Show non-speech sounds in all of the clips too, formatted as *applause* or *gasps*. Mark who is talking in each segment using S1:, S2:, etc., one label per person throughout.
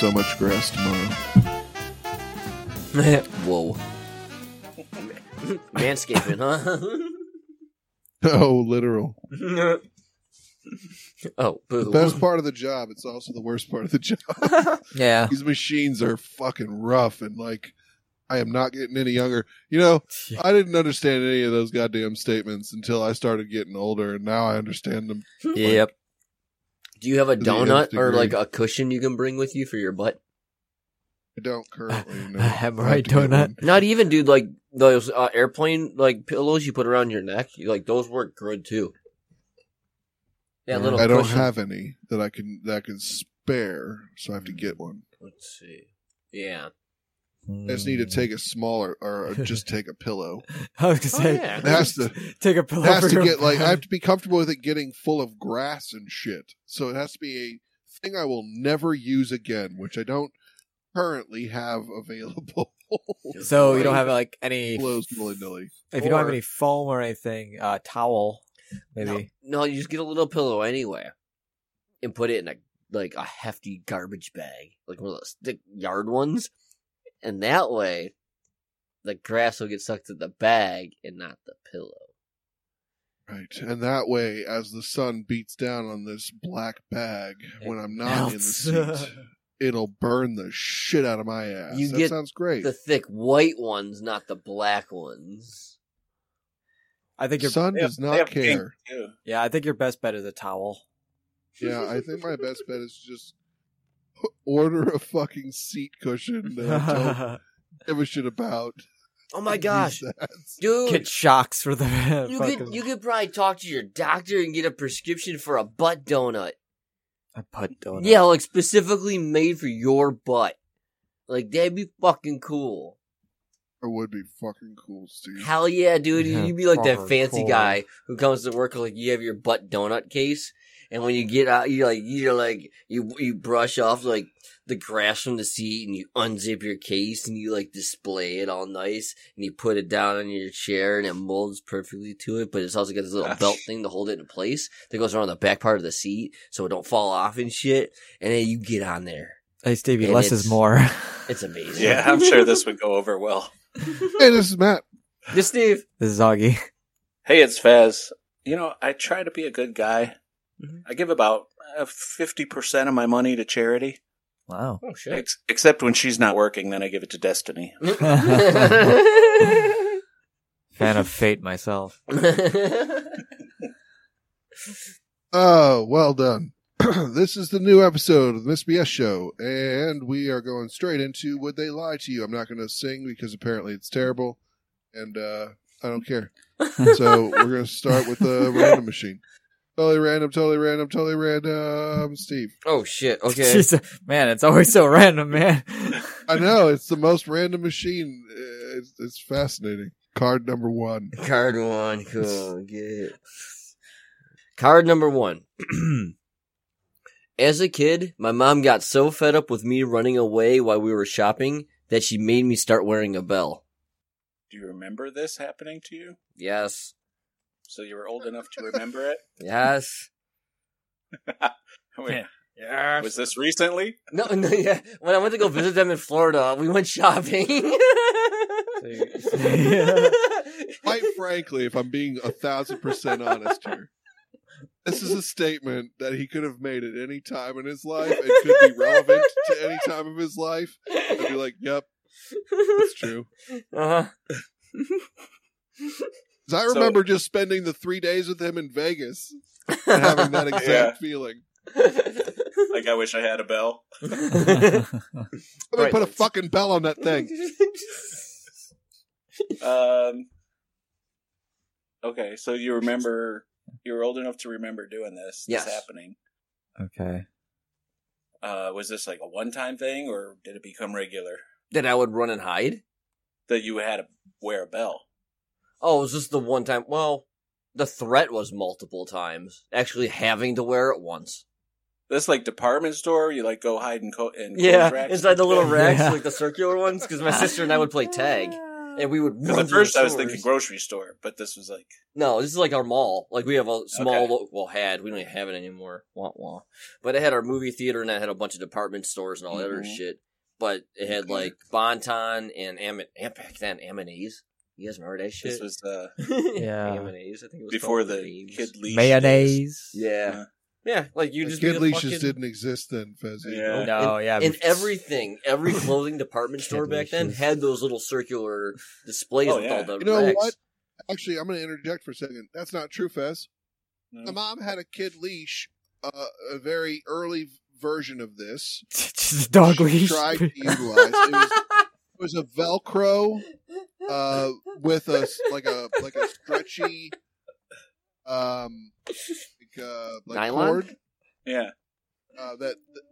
S1: so much grass tomorrow. *laughs*
S2: *laughs*
S3: Whoa. *laughs* Manscaping,
S2: *laughs*
S3: huh?
S1: Oh, literal. The
S3: oh, boo.
S1: best part of the job. It's also the worst part of the *laughs* job.
S3: *laughs*
S2: Yeah.
S1: These machines are fucking rough and like I am not getting any younger. You know, I didn't understand any of those goddamn statements until I started getting older and now I understand them.
S2: Yep.
S3: Do you have a
S1: To the nth
S3: donut or
S1: degree.
S3: like a cushion you can bring with you for your butt?
S1: I don't currently
S3: Uh,
S1: know.
S2: I have a
S1: I
S2: right
S1: to get
S2: donut.
S1: one.
S3: Not even, dude. Like those uh, airplane like pillows you put around your neck, you, like those work good too. *sighs* Yeah, little.
S1: I don't
S3: cushion.
S1: have any that I can that I can spare, so I have to get one.
S3: Let's see. Yeah.
S1: I just need
S3: Mm.
S1: to
S2: *laughs*
S1: take a smaller
S3: *laughs*
S1: or just take a pillow.
S2: I was gonna
S3: Oh,
S2: say,
S3: yeah.
S1: It has to
S2: *laughs* take
S3: *laughs*
S2: a pillow.
S1: it has
S2: for
S1: to
S2: your
S1: get like I have
S2: bed.
S1: to be comfortable with it getting full of grass and shit. So it has to be a thing I will never use again, which I don't currently have *laughs* available.
S2: So you
S3: Like,
S2: don't have like any.
S1: Blows willy nilly.
S2: If you don't have
S3: or-
S2: any foam or anything, uh, towel, maybe.
S3: No, you just get a little pillow anyway, and put it in a like a hefty garbage bag, like one of those thick yard ones, and that way, the grass will get sucked to the bag and not the pillow.
S1: Right. And that way, as the sun beats down on this black bag when I'm not in the
S2: melts.
S1: seat, it'll burn the shit out of my ass.
S3: You
S1: that
S3: get
S1: sounds great.
S3: The thick white ones, not the black ones.
S2: I think your
S1: sun does
S4: They
S1: not
S4: have pink,
S1: care.
S4: too.
S2: yeah, I think your best bet is a towel.
S1: Yeah, I think my best bet is just *laughs* order a fucking seat cushion
S2: *laughs*
S1: that I don't
S2: Get
S1: give a shit about.
S3: *laughs* Oh my
S1: and use
S3: gosh,
S1: that.
S3: dude!
S2: shocks for the *laughs*
S3: you
S2: fucking
S3: could you could probably talk to your doctor and get a prescription for a butt donut.
S2: a butt donut.
S3: Yeah, like specifically made for your butt. Like that'd be fucking cool.
S1: It would be fucking cool, Steve.
S3: Hell yeah, dude.
S2: Yeah,
S3: You'd be like that
S2: proper
S3: fancy
S2: cool.
S3: guy who comes to work like you have your butt donut case and when you get out you like you're like you you brush off like the grass from the seat and you unzip your case and you like display it all nice and you put it down on your chair and it molds perfectly to it, but it's also got this little
S4: Gosh.
S3: belt thing to hold it in place that goes around the back part of the seat so it don't fall off and shit. And then you get on there.
S2: Hey Stevie,
S3: And
S2: less
S3: it's-
S2: is more.
S3: *laughs* It's amazing.
S4: Yeah, I'm sure this would go over well.
S1: Hey, this is Matt.
S3: *laughs* This Steve.
S2: this is Augie.
S4: Hey, it's Fez. You know, I try to be a good guy.
S3: Mhm.
S4: I give about uh, fifty percent of my money to charity,
S2: Wow.
S3: Oh shit. *laughs*
S4: *laughs* ex- except when she's not working. Then I give it to Destiny.
S2: *laughs* Fan of fate myself.
S1: Oh, well done. *clears throat* this is the new episode of the Miss BS Show, and we are going straight into Would They Lie to You? I'm not going to sing because apparently it's terrible, and uh, I don't care. so we're going to start with the random machine. Totally random, totally random, totally random, Steve.
S3: oh shit. *laughs* Okay.
S2: Jeez, man, it's always so random, man.
S1: I know, it's the most random machine. Uh, It's, it's fascinating. Card number one.
S3: Card one. Cool. Get it. Card number one. *clears throat* As a kid, my mom got so fed up with me running away while we were shopping that she made me start wearing a bell.
S4: Do you remember this happening to you?
S3: Yes.
S4: So you were old enough to remember it?
S3: Yes.
S4: Wait,
S3: Yes.
S4: Was this recently?
S3: No, *laughs* no, yeah. When I went to go visit them in Florida, we
S1: *laughs*
S3: went shopping.
S1: quite frankly, if I'm being a thousand percent honest here, this is a statement that he could have made at any time in his life and could be relevant to any time of his life. I'd be like, yep, that's true.
S3: *laughs* uh-huh.
S1: 'Cause I
S4: So-
S1: remember just spending the three days with him in
S3: *laughs*
S1: Vegas and having that exact
S4: Yeah.
S1: feeling.
S4: Like I wish I had a bell.
S3: *laughs*
S1: Let me
S3: Right.
S1: put a fucking bell on that
S3: *laughs*
S1: thing.
S4: Um. Okay, so you remember you were old enough to remember doing this. This
S3: Yes.
S4: happening.
S2: *laughs* okay.
S4: Uh, was this like a one-time thing, or did it become regular
S3: That I would run and hide.
S4: that you had to wear a bell?
S3: Oh, it was just the one time. Well, the threat was multiple times. Actually, having to wear it once.
S4: This like department store, you like go hide and co- and
S3: Yeah, inside the little
S2: racks,
S4: *laughs*
S3: racks,
S2: Yeah.
S3: like the circular ones, because my sister and I would play tag, and we would.
S4: Because
S3: run
S4: at
S3: through the
S4: first I was thinking
S3: stores.
S4: grocery store, but this was like
S3: No, this is like our mall. Like we have a small
S4: Okay.
S3: lo- well had. We don't even have it anymore. Wah wah. But it had our movie theater and that had a bunch of department stores and all that other
S4: Mhm.
S3: shit. But it had
S1: Okay.
S3: like Bonton and Am and back then Amanese. You guys remember that shit?
S4: this was uh,
S2: Yeah.
S3: Amanese. I think it was
S4: before
S3: called
S4: the
S3: Amanese.
S4: kid leash. days.
S2: Mayonnaise.
S3: Yeah. Yeah, like you
S1: The
S3: just be
S1: kid
S3: a
S1: leashes
S3: fucking-
S1: didn't exist then, Fezzi.
S4: Yeah.
S2: No, yeah.
S3: and
S2: bef-
S3: everything, every clothing department store back then
S2: Delicious.
S3: had those little circular displays
S4: Oh,
S3: with
S4: yeah.
S3: all the
S1: You know
S3: racks.
S1: what? Actually, I'm going to interject for a second. That's not true, Fez.
S4: No.
S3: Oh.
S1: The mom had a kid leash, uh, a very early version of this.
S2: *laughs* Just a dog
S1: She
S2: leash.
S1: Tried
S2: *laughs*
S1: to utilize. It
S3: *laughs*
S1: was, it was a Velcro uh, with a s- like a like a stretchy, um, like, uh, like
S3: Nylon?
S1: cord
S4: Yeah.
S1: uh, that that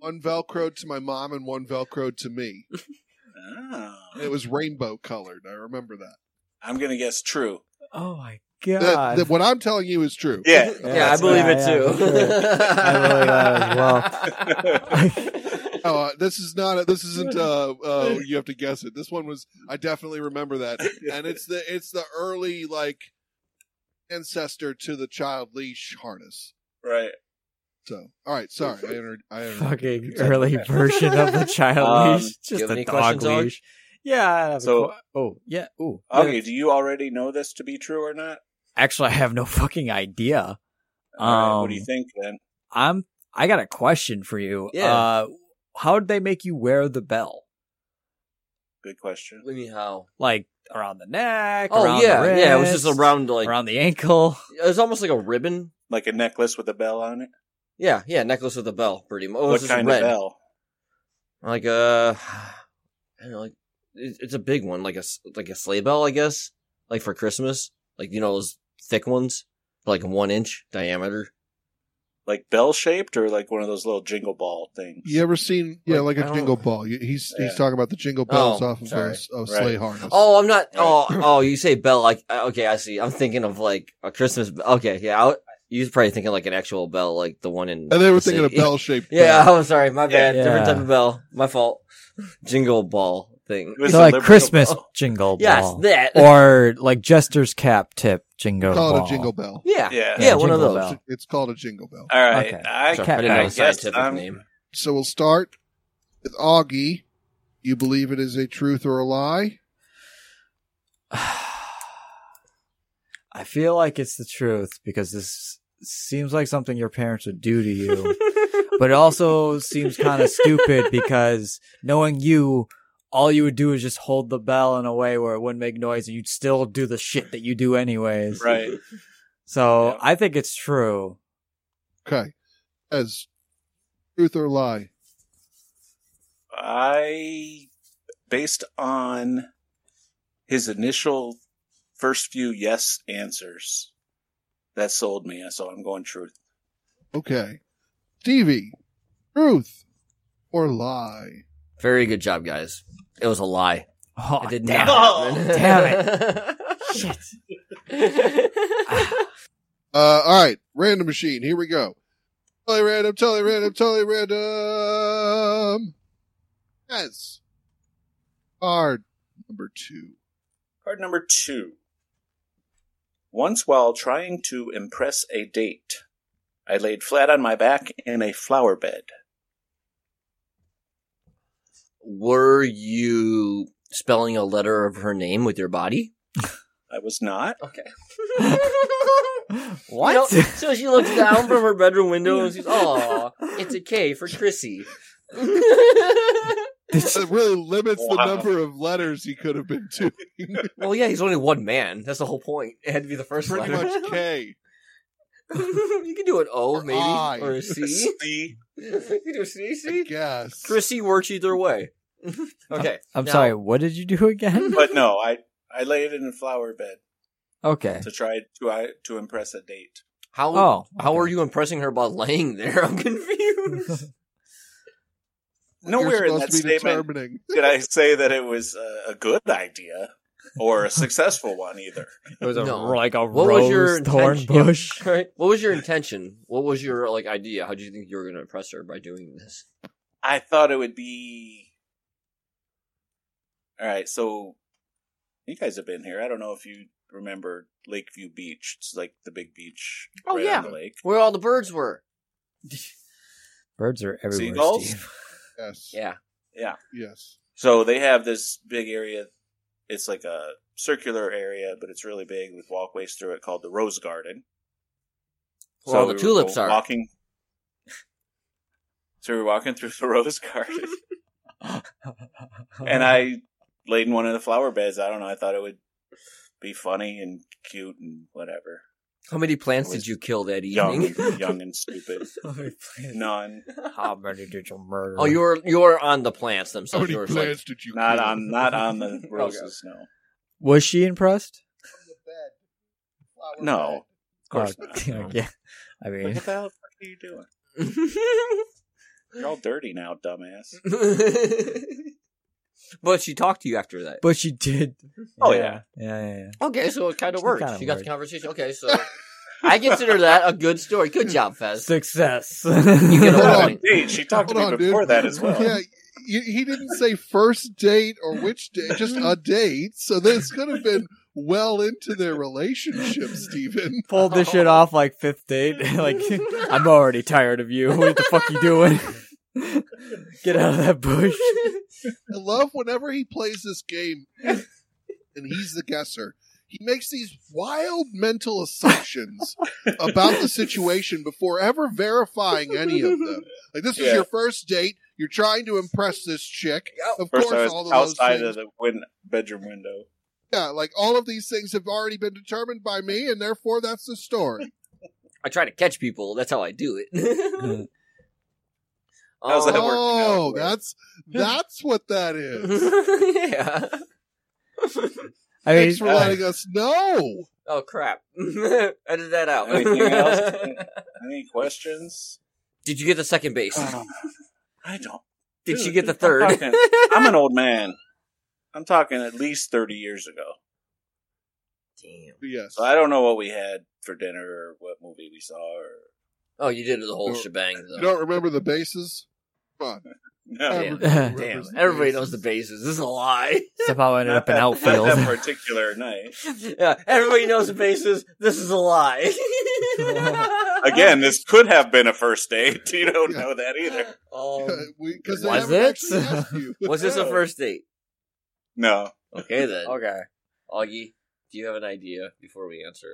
S1: one Velcroed to my mom and one Velcroed to me. It
S4: Oh.
S1: was rainbow colored. I remember that.
S4: I'm gonna guess true.
S2: Oh my
S1: That-
S2: god.
S1: that- what I'm telling you is true.
S3: Yeah,
S4: Yeah.
S3: I
S2: that's-
S3: believe
S2: yeah,
S3: it
S2: yeah,
S3: too.
S2: for sure.
S4: I
S3: as *laughs*
S1: Oh, uh, this is not. A, this isn't. Uh,
S2: *laughs*
S1: uh, you have to guess it. This one was. I definitely remember that. And it's the it's the early like ancestor to the child leash harness.
S4: right.
S1: So, all right. Sorry, I entered.
S2: *laughs*
S1: I entered.
S2: fucking early version of the
S3: *laughs*
S2: child
S4: Um,
S2: leash.
S3: you
S2: Just
S3: have
S2: a
S3: any
S2: dog
S3: questions, Oleg?
S2: leash. Yeah. I have a
S4: So-
S2: qu- oh yeah. Ooh. yeah.
S4: Okay, do you already know this to be true or not?
S2: Actually, I have no fucking idea.
S4: All right, what
S2: Um,
S4: do you think then?
S2: I'm. I got a question for you.
S3: Yeah.
S2: Uh, how did they make you wear the bell?
S4: Good question.
S3: What do you mean how?
S2: Like around the neck?
S3: Oh
S2: around
S3: yeah,
S2: the
S3: yeah. It was just
S2: wrist,
S3: around like
S2: around the ankle.
S3: it was almost like a ribbon.
S4: Like a necklace with a bell on it.
S3: Yeah, yeah. Necklace with a bell, pretty much. Oh,
S4: what
S3: it's just
S4: kind
S3: red.
S4: of bell?
S3: Like uh, *sighs* I don't know, like it- it's a big one, like a s- like a sleigh bell, I guess. Like for Christmas, like you know those thick ones, like one inch diameter.
S4: Like bell shaped or like one of those little jingle ball things?
S1: You ever seen? Yeah, like,
S3: Like, I
S1: a
S3: don't-
S1: jingle ball. You- He's he's
S4: Yeah.
S1: talking about the jingle bells
S3: Oh,
S1: off of
S3: sorry.
S1: a, s- a
S4: Right.
S1: sleigh harness.
S3: Oh, I'm not.
S1: *coughs*
S4: Right.
S3: Oh, oh, you say bell? Like uh, okay, I see. I'm thinking of like a Christmas. b- Okay, yeah. I, w- you was probably thinking like an actual bell, like the one in.
S1: and they were
S3: the
S1: thinking of
S3: city.
S1: bell shaped.
S3: *laughs* Yeah, I'm sorry. My bad.
S2: Yeah.
S3: Different type of bell. My fault. Jingle ball thing.
S4: It was
S2: So
S4: a
S2: like
S4: liberal
S2: Christmas
S4: bell.
S2: jingle
S3: *laughs* Yes,
S2: ball,
S3: that. *laughs*
S1: Oh.
S2: or like jester's cap tip jingle
S1: Call
S2: ball.
S1: it a jingle bell.
S3: yeah. yeah.
S4: Yeah.
S3: one of those.
S2: jingle bell.
S1: It's called a jingle bell.
S4: All right.
S2: Okay.
S4: I,
S2: Sorry,
S3: I didn't know
S4: I
S3: the
S4: guess um,
S3: scientific
S4: I'm- *laughs*
S3: name.
S1: So we'll start with Augie. You believe it is a truth or a lie?
S2: *sighs* I feel like it's the truth because this seems like something your parents would do
S3: *laughs*
S2: to you, but it also seems kind of stupid because knowing you, all you would do is just hold the bell in a way where it wouldn't make noise and you'd still do the shit that you do anyways.
S4: Right.
S2: So
S4: Yeah.
S2: I think it's true.
S1: Okay. As truth or lie?
S4: I, based on his initial first few yes answers, that sold me. So I'm going truth.
S1: Okay. Stevie, truth or lie?
S3: Very good job, guys. It was a lie.
S2: Oh,
S3: I did
S2: damn
S3: not. *laughs*
S2: it.
S4: Oh,
S3: happen. *laughs*
S2: damn Shit.
S1: Uh, all right. Random machine. Here we go. Totally random, totally random, totally random. Yes. Card number two.
S4: Card number two. Once while trying to impress a date, I laid flat on my back in a flower bed.
S3: Were you spelling a letter of her name with your body?
S4: I was not.
S3: Okay.
S2: *laughs* What?
S3: You know, so she *laughs* looks down from her bedroom window and she's, "Oh,
S2: *laughs*
S3: it's a K for *laughs* Chrissy."
S1: It really limits the
S4: Wow.
S1: number of letters he could have been
S4: *laughs*
S1: doing.
S3: well, yeah, he's only one man. That's the whole point. It had to be the first
S1: Pretty
S3: letter.
S1: much K.
S3: *laughs* you can do an O,
S1: Or
S3: maybe,
S1: I.
S3: or a C.
S4: See?
S3: *laughs* you can do a C.
S1: I
S3: C.
S1: guess.
S3: Chrissy works either way. *laughs* okay,
S2: I'm
S3: now-
S2: sorry, what did you do *laughs* again?
S4: But no, I, I laid in a flower bed
S2: Okay.
S4: to try to I, to impress a date.
S3: How
S2: Oh,
S3: how
S2: okay.
S3: are you impressing her by laying there? *laughs* I'm confused.
S2: *laughs*
S1: You're
S4: Nowhere in
S1: supposed
S4: that
S1: to be
S4: statement
S1: determining.
S4: did I say that it was a, a good idea or a successful one either.
S2: It was a,
S3: No.
S2: like a
S3: What
S2: rose
S3: was your
S2: thorn
S3: intention?
S2: bush.
S3: All *laughs* right. What was your intention? What was your like idea? How do you think you were going to impress her by doing this?
S4: I thought it would be. All right, so You guys have been here. I don't know if you remember Lakeview Beach. It's like the big beach
S3: Oh,
S4: right
S3: yeah.
S4: on the lake.
S3: Where all the birds were.
S2: *laughs* Birds are everywhere.
S3: *laughs*
S4: Seagulls?
S2: Steve.
S1: Yes.
S3: Yeah.
S4: Yeah.
S1: Yes.
S4: So they have this big area. It's like a circular area, but it's really big with walkways through it called the Rose Garden.
S3: Where all the
S4: we were
S3: tulips
S4: wa-
S3: are.
S4: Walking. *laughs* So we were walking through the *laughs* Rose Garden, and I laid in one of the flower beds. I don't know. I thought it would be funny and cute and whatever.
S3: How many plants
S4: Always
S3: did you kill that
S4: Young,
S3: evening? *laughs*
S2: *laughs*
S4: *laughs* young and stupid. None.
S2: How many did you murder?
S3: oh, you're you're on the plants
S1: How
S3: themselves.
S1: many
S3: *laughs* You were
S1: plants
S3: just like,
S1: did you?
S4: Not
S1: kill?
S4: on. Not
S3: *laughs*
S4: on the roses. No.
S2: Was she impressed?
S4: No. Of course
S2: Oh, *laughs*
S4: not. no.
S2: yeah. I
S3: *laughs*
S4: Like,
S2: mean, *laughs*
S4: what the hell the fuck are you doing? You're all dirty now, dumbass.
S3: *laughs* but she talked to you after that.
S2: but she did.
S4: Oh,
S2: Yeah, yeah, yeah.
S3: Okay, so it kind of
S2: She
S3: worked.
S2: kinda
S3: She got the
S2: worked.
S3: conversation. Okay, so I consider that a good story.
S2: *laughs*
S3: Good job, Fez.
S2: Success.
S3: *laughs* get a
S1: Hold
S3: *laughs* lot
S1: on.
S3: of-
S4: Hey, she talked to me
S1: Hold on,
S4: before
S1: dude.
S4: that
S1: *laughs*
S4: as well.
S1: Yeah, y he didn't say first date or which date, just a date. So this could have been well into their relationship, Stephen.
S2: *laughs* Pulled this shit off like fifth date. *laughs* like, I'm already tired of you. What the fuck you doing? *laughs* Get out of
S3: *laughs*
S2: that bush.
S1: I love whenever he plays this game, and he's the guesser. He makes these wild mental assumptions about the situation before ever verifying any of them. Like this was
S4: Yeah.
S1: your first date. You're trying to impress this chick. Of
S4: First, I
S1: course,
S4: was
S1: all of those
S4: outside
S1: things
S4: of the win- bedroom window.
S1: Yeah, like all of these things have already been determined by me, and therefore that's the story.
S3: I try to catch people. That's how I do *laughs* it.
S4: How's that work?
S1: oh,
S4: working out
S1: that's that's what that
S3: *laughs*
S1: is.
S3: Oh, yeah.
S2: I mean,
S1: Thanks for letting us know.
S3: Oh crap! *laughs* Edit that out.
S4: Anything *laughs* else? Any questions?
S3: *laughs* Did you get the second base?
S4: Um, *sighs* I don't.
S3: Did
S4: dude,
S3: you
S4: *laughs*
S3: get the
S4: I'm talking-
S3: third?
S4: I'm, an old man. I'm talking at least 30 years ago.
S3: Damn.
S1: Yes.
S4: So I don't know what we had for dinner or what movie we saw or.
S3: Oh, you did the whole
S1: No.
S3: shebang. Though.
S1: You don't remember the
S4: *laughs*
S1: bases? Come on.
S4: No.
S3: Damn.
S1: Everybody
S3: *laughs* Damn,
S1: remembers the
S3: everybody
S1: bases.
S3: knows the bases. This is a lie. *laughs*
S2: *laughs* somehow ended up in
S4: that-
S2: outfield.
S4: Not that particular night.
S3: yeah, everybody knows the bases. This is a lie.
S4: *laughs* Again, this could have been a first date. *laughs* You don't know that either.
S1: *laughs*
S3: Um,
S1: Because Uh, they
S2: Was
S1: haven't
S2: it?
S1: actually asked
S3: *laughs*
S1: you.
S3: was this a first date?
S4: No.
S3: Okay then.
S2: *laughs* okay.
S3: Augie, do you have an idea before we answer?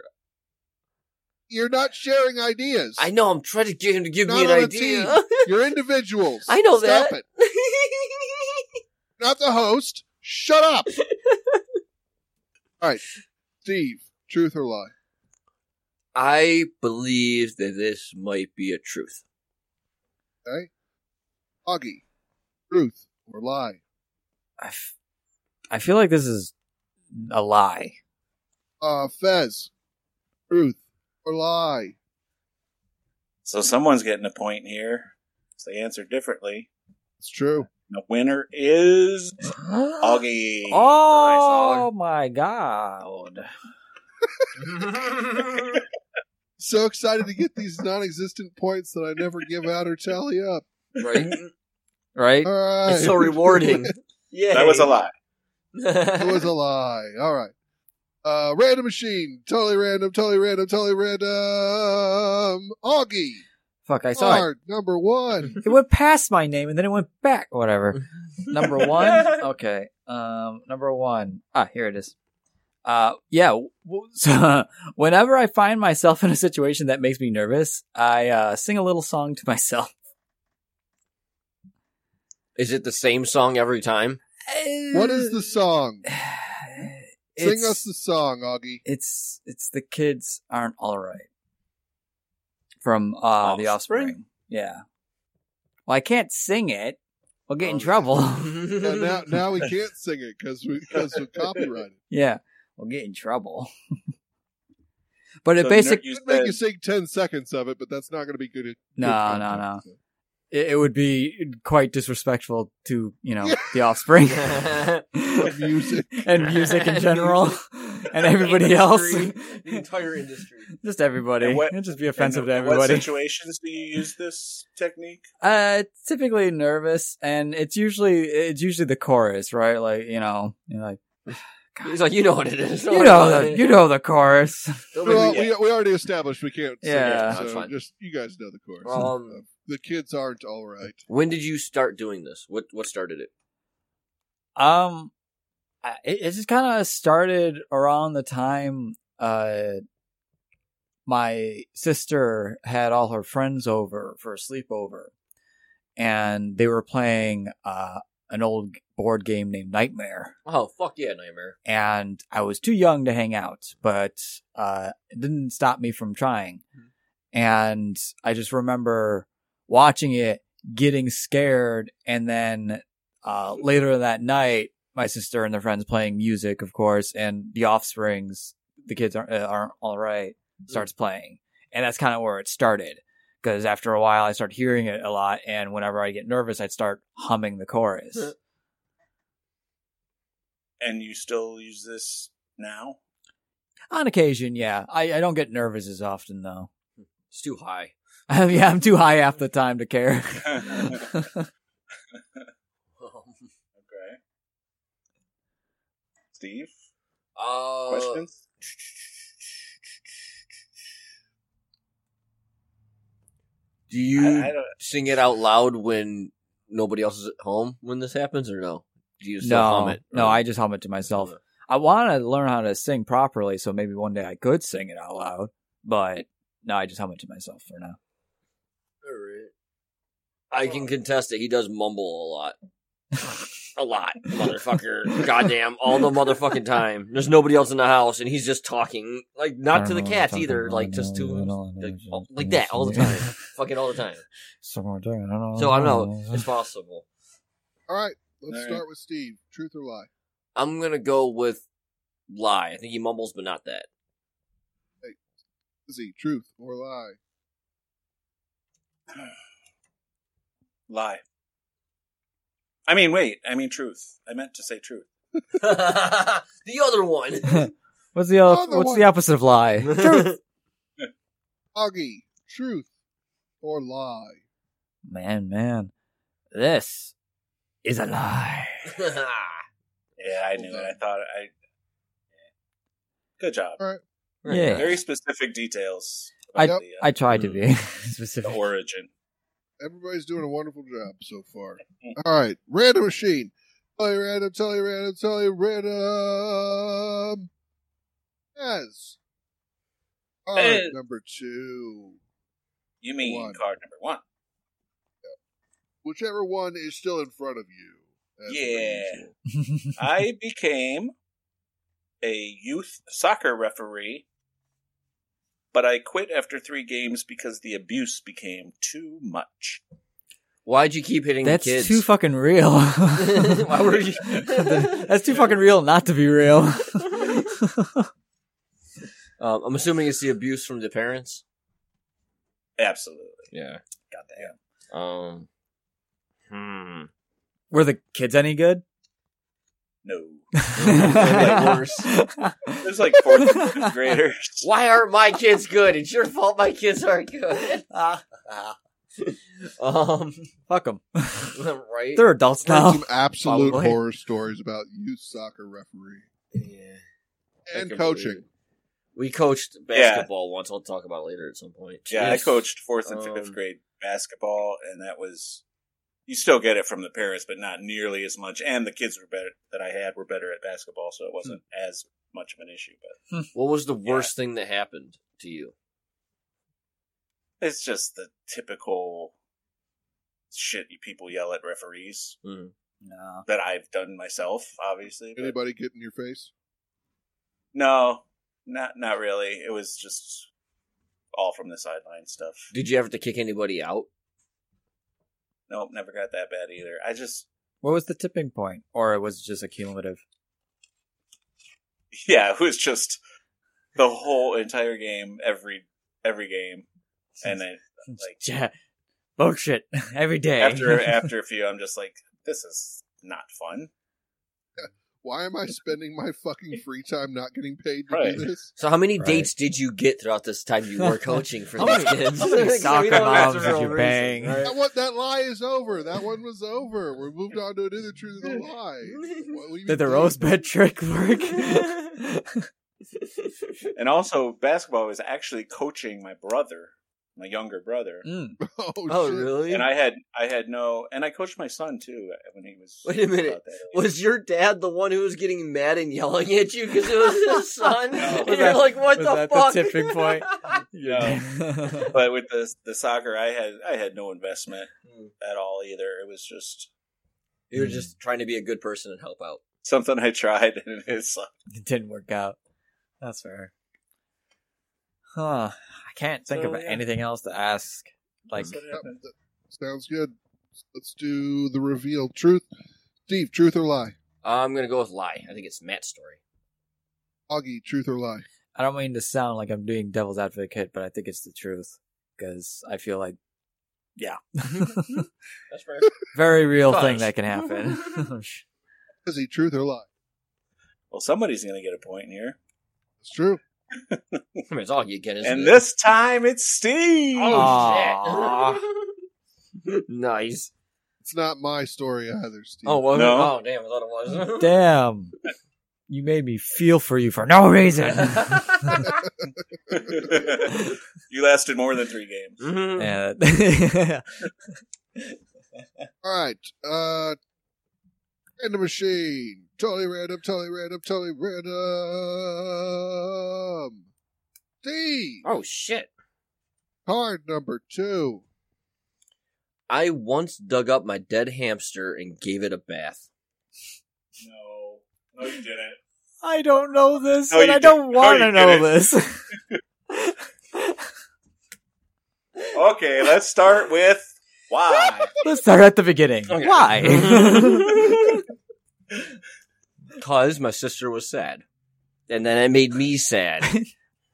S1: You're not sharing ideas.
S3: I know. I'm trying to get him to give
S1: Not
S3: me
S1: on
S3: an
S1: a
S3: *laughs* idea.
S1: *laughs* You're individuals.
S3: I know
S1: Stop
S3: that.
S1: it. Not the host. Shut
S3: *laughs*
S1: up. all right, Steve. Truth or lie?
S3: *laughs* I believe that this might be a
S4: *laughs*
S3: truth.
S1: Okay. Augie. Truth or lie?
S2: I, f- I feel like this is
S1: *gasps*
S2: a lie.
S1: Uh, Fez, truth or lie?
S4: So someone's getting a point here. So they answer differently.
S1: It's true.
S4: The winner is
S2: oh
S4: Augie.
S2: my god.
S1: So excited to get these non-existent points that I never give out or tally up.
S3: Right?
S2: Right?
S1: All right,
S3: it's so rewarding. Yeah.
S4: That was a lie.
S1: *laughs* it
S2: *laughs*
S1: was a lie. All right. Uh, random machine, totally random, totally random, totally random. Augie,
S2: Fuck, I saw it.
S1: card number one.
S2: It went past my name and then it went back.
S1: *laughs*
S2: Whatever. number one? Okay. Um, number one. Ah, here it is. Uh, yeah. w- w- So, *laughs* whenever I find myself in a situation that makes me nervous, I uh, sing a little song to myself.
S3: Is it the same song every *laughs* time?
S1: What is
S2: *sighs*
S1: the
S2: *laughs*
S1: song?
S2: It's-
S1: Sing us the song, Augie.
S2: it's it's the kids aren't all right from uh the
S4: Offspring?
S2: offspring yeah well i can't sing it i'll get in
S3: Um,
S2: trouble
S3: *laughs*
S2: *laughs*
S1: Yeah, Uh, now, now we can't sing it because we because we copyrighted.
S2: yeah i'll get in trouble *laughs* but it
S4: So
S2: basic
S4: *laughs* you
S1: Could make
S4: said-
S1: you sing ten seconds of it, but that's not going to be good. good
S2: No, no,
S1: content.
S2: it, it would be quite disrespectful to you know the offspring
S1: music.
S2: *laughs* and music in general and everybody else *laughs*
S3: Industry. the entire industry.
S2: just everybody
S4: And what-
S2: it'd just be offensive
S4: And
S2: to
S4: What
S2: everybody
S4: situations do you use this technique?
S2: Uh, typically nervous, and it's usually it's usually the chorus, right? Like you know, you're like,
S3: He's like, you know what it is.
S2: You know the you know the chorus.
S3: Don't make
S1: Well,
S3: me-
S1: we, we already established we can't. sing it,
S2: Yeah.
S3: That's
S1: so
S3: fine.
S1: just you guys know the chorus.
S3: Um,
S1: the kids aren't all right.
S3: when did you start doing this? What what started it?
S2: *laughs* Um, I, it, it just kind of started around the time uh my sister had all her friends over for a sleepover, and they were playing uh an old board game named Nightmare.
S3: Oh fuck yeah, nightmare.
S2: and I was too young to hang out, but uh, it didn't stop me from trying. And I just remember watching it, getting scared, and then uh, later that night, my sister and their friends playing music, of course, and the offsprings, the kids aren't, uh, aren't all right, starts playing, and that's kind of where it started. Because after a while, I started hearing it a lot, and whenever I get nervous, I'd start humming the chorus.
S4: And you still use this now? *laughs*
S2: On occasion, yeah. I, I don't get nervous as often though.
S3: It's too high. *laughs*
S2: *laughs* yeah, I'm too high half the time to care. *laughs*
S4: okay. Steve,
S3: Uh,
S4: questions?
S3: Do
S4: I-
S3: you
S4: I don't,
S3: sing it out loud when nobody else is at home when this happens, or no? Do you still hum
S2: no,
S3: it?
S2: no, I just hum it to myself. I want to learn how to sing properly, so maybe one day I could sing it out loud. But no, I just hum it to myself for now. *laughs*
S3: I can contest that he does mumble a lot. A lot, motherfucker. Goddamn, all the motherfucking time. There's nobody else in the house, and he's just talking, like, not to the cats either, like, just to, like, all- like that, all the
S2: *laughs*
S3: time. *laughs* Fucking all the time. So, I don't know. It's possible.
S1: All right, let's
S4: All right.
S1: start with Steve. Truth or lie?
S3: I'm gonna go with lie. I think he mumbles, but not that. *laughs*
S1: Z. Truth or lie?
S4: lie. I mean, wait. I mean, truth. I meant to say truth.
S3: the other one.
S2: *laughs* what's the other,
S1: Other
S2: what's
S1: one.
S2: the opposite
S3: *laughs*
S2: of lie? Truth.
S1: Augie. Truth or lie?
S2: man, man, this is a lie.
S4: Yeah, I knew it. I thought I. Good job.
S2: Yeah.
S4: Very specific details.
S2: I-
S4: about the, uh,
S2: I tried to be
S3: Mm.
S2: *laughs* specific.
S4: the origin.
S1: Everybody's doing a wonderful job so far.
S3: *laughs*
S1: All right, random machine. Tell you random, tell you random, tell you random. Yes. Card
S4: Eh.
S1: number two.
S4: You mean
S1: One.
S4: card number one?
S1: Whichever one is still in front of you. as per
S4: Yeah.
S1: usual.
S3: Oh.
S4: I became a youth soccer referee, but I quit after three games because the abuse became too much.
S3: Why'd you keep hitting
S2: That's
S3: the kids?
S2: too fucking real.
S3: Why were you?
S2: *laughs* That's too fucking real not to be real.
S3: Um, I'm assuming it's the abuse from the parents.
S4: Absolutely.
S3: Yeah.
S4: Got that.
S3: Um. *laughs* Hmm.
S2: were the kids any good?
S4: No.
S2: worse.
S4: There's like fourth and fifth
S3: *laughs*
S4: graders.
S3: Why aren't my kids good? It's your fault. My kids aren't good. *laughs* um.
S2: *laughs*
S3: *laughs*
S2: Fuck them.
S3: Right.
S2: They're adults
S1: Heard
S2: now.
S1: Some absolute
S3: Probably.
S1: horror stories about youth soccer referee
S3: Yeah. I
S1: and
S3: can
S1: coaching.
S3: believe it. We coached basketball once. I'll talk about it later at some point.
S4: Yeah, I
S3: Yes.
S4: coached fourth and
S3: Um,
S4: fifth grade basketball, and that was you still get it from the parents, but not nearly as much. And the kids were better that I had were better at basketball, so it wasn't as much of an issue. But
S3: What was the worst thing that happened to you?
S4: it's just the typical shit you people yell at referees
S2: No.
S4: that I've done myself, obviously. but-
S1: Anybody get in your face?
S4: no, not not really. It was just all from the sideline stuff.
S3: Did you have to kick anybody
S4: *laughs*
S3: out?
S4: Nope, never got that bad either. I just *laughs*
S2: What was the tipping point? Or it was just a cumulative?
S4: yeah, it was just the whole entire game, every every game, and then like
S2: yeah. Bullshit. *laughs* Every day. *laughs*
S4: after after a few, I'm just like, this is not fun.
S1: Why am I spending my fucking free time not getting paid to
S4: Right.
S1: do this?
S3: So how many
S2: Right.
S3: dates did you get throughout this time you were coaching for
S2: *laughs* How
S3: these
S2: many-
S3: kids?
S2: how many
S3: Like,
S2: soccer
S3: *laughs* we don't have to
S2: moms did
S3: real
S2: you
S3: reason,
S2: bang?
S3: right?
S1: That one, that lie is over. That one was over. We moved on to another truth of the lie. What, what do you
S2: Did the
S1: mean?
S2: rose bed trick work? *laughs*
S4: And also, basketball was actually coaching my brother, my younger brother.
S2: Mm.
S1: *laughs* Oh,
S3: *laughs* Oh,
S1: shit.
S3: really?
S4: And I had I had no, and I coached my son too uh, when he was.
S3: Wait a minute.
S4: about that age.
S3: was your dad the one who was getting mad and yelling at you because it was *laughs* his son?
S4: No.
S3: and
S4: Was
S3: you're
S2: that-
S3: like, what
S2: was
S3: the
S2: that the
S3: fuck?
S2: tipping point?
S4: Yeah.
S2: *laughs*
S4: *laughs* but with the the soccer, I had I had no investment
S3: Hmm.
S4: at all either. It was just
S3: *laughs* you were
S2: Mm.
S3: just trying to be a good person and help out.
S4: something I tried, *laughs* and it's like,
S2: it didn't work out. That's fair. Huh. I can't think
S4: So,
S2: of
S4: yeah.
S2: anything else to ask. Like,
S4: that's what
S1: Yep,
S4: happened.
S1: that sounds good. Let's do the reveal. Truth, Steve. Truth or lie?
S3: I'm gonna go with lie. I think it's Matt's story.
S1: Augie, truth or lie?
S2: I don't mean to sound like I'm doing devil's advocate, but I think it's the truth because I feel like,
S4: *laughs*
S2: yeah, *laughs*
S3: That's *laughs* fair.
S2: very real
S3: Gosh.
S2: thing that can
S4: *laughs*
S2: happen.
S1: Is he truth or lie?
S4: Well, somebody's gonna get a point here,
S1: It's true.
S3: I mean, it's all you get, isn't
S4: and
S3: it?
S4: this time it's Steve.
S3: Oh, shit. *laughs* nice.
S1: It's not my story either, Steve.
S3: Oh, well,
S4: No.
S3: *laughs* oh, damn, I thought it *laughs*
S2: *laughs*
S3: was.
S2: Damn, you made me feel for you for no
S4: *laughs*
S2: reason. yeah,
S4: *laughs* you lasted more than three games.
S3: Mhm.
S2: that-
S1: All right. Uh, random machine. Totally random. Totally random. Totally random. Steve.
S3: Oh, shit.
S1: Card number two.
S3: I once dug up my dead hamster and gave it a bath.
S4: No, no, you didn't.
S2: *laughs* I don't know this,
S4: No,
S2: and
S4: you
S2: I don't
S4: didn't. No,
S2: want to
S4: you
S2: know
S4: didn't.
S2: this.
S4: Okay, let's start with why.
S3: *laughs*
S2: Let's start at the beginning.
S3: Okay.
S4: *laughs*
S2: Why? *laughs*
S3: Cause my sister was sad. And then it made me sad.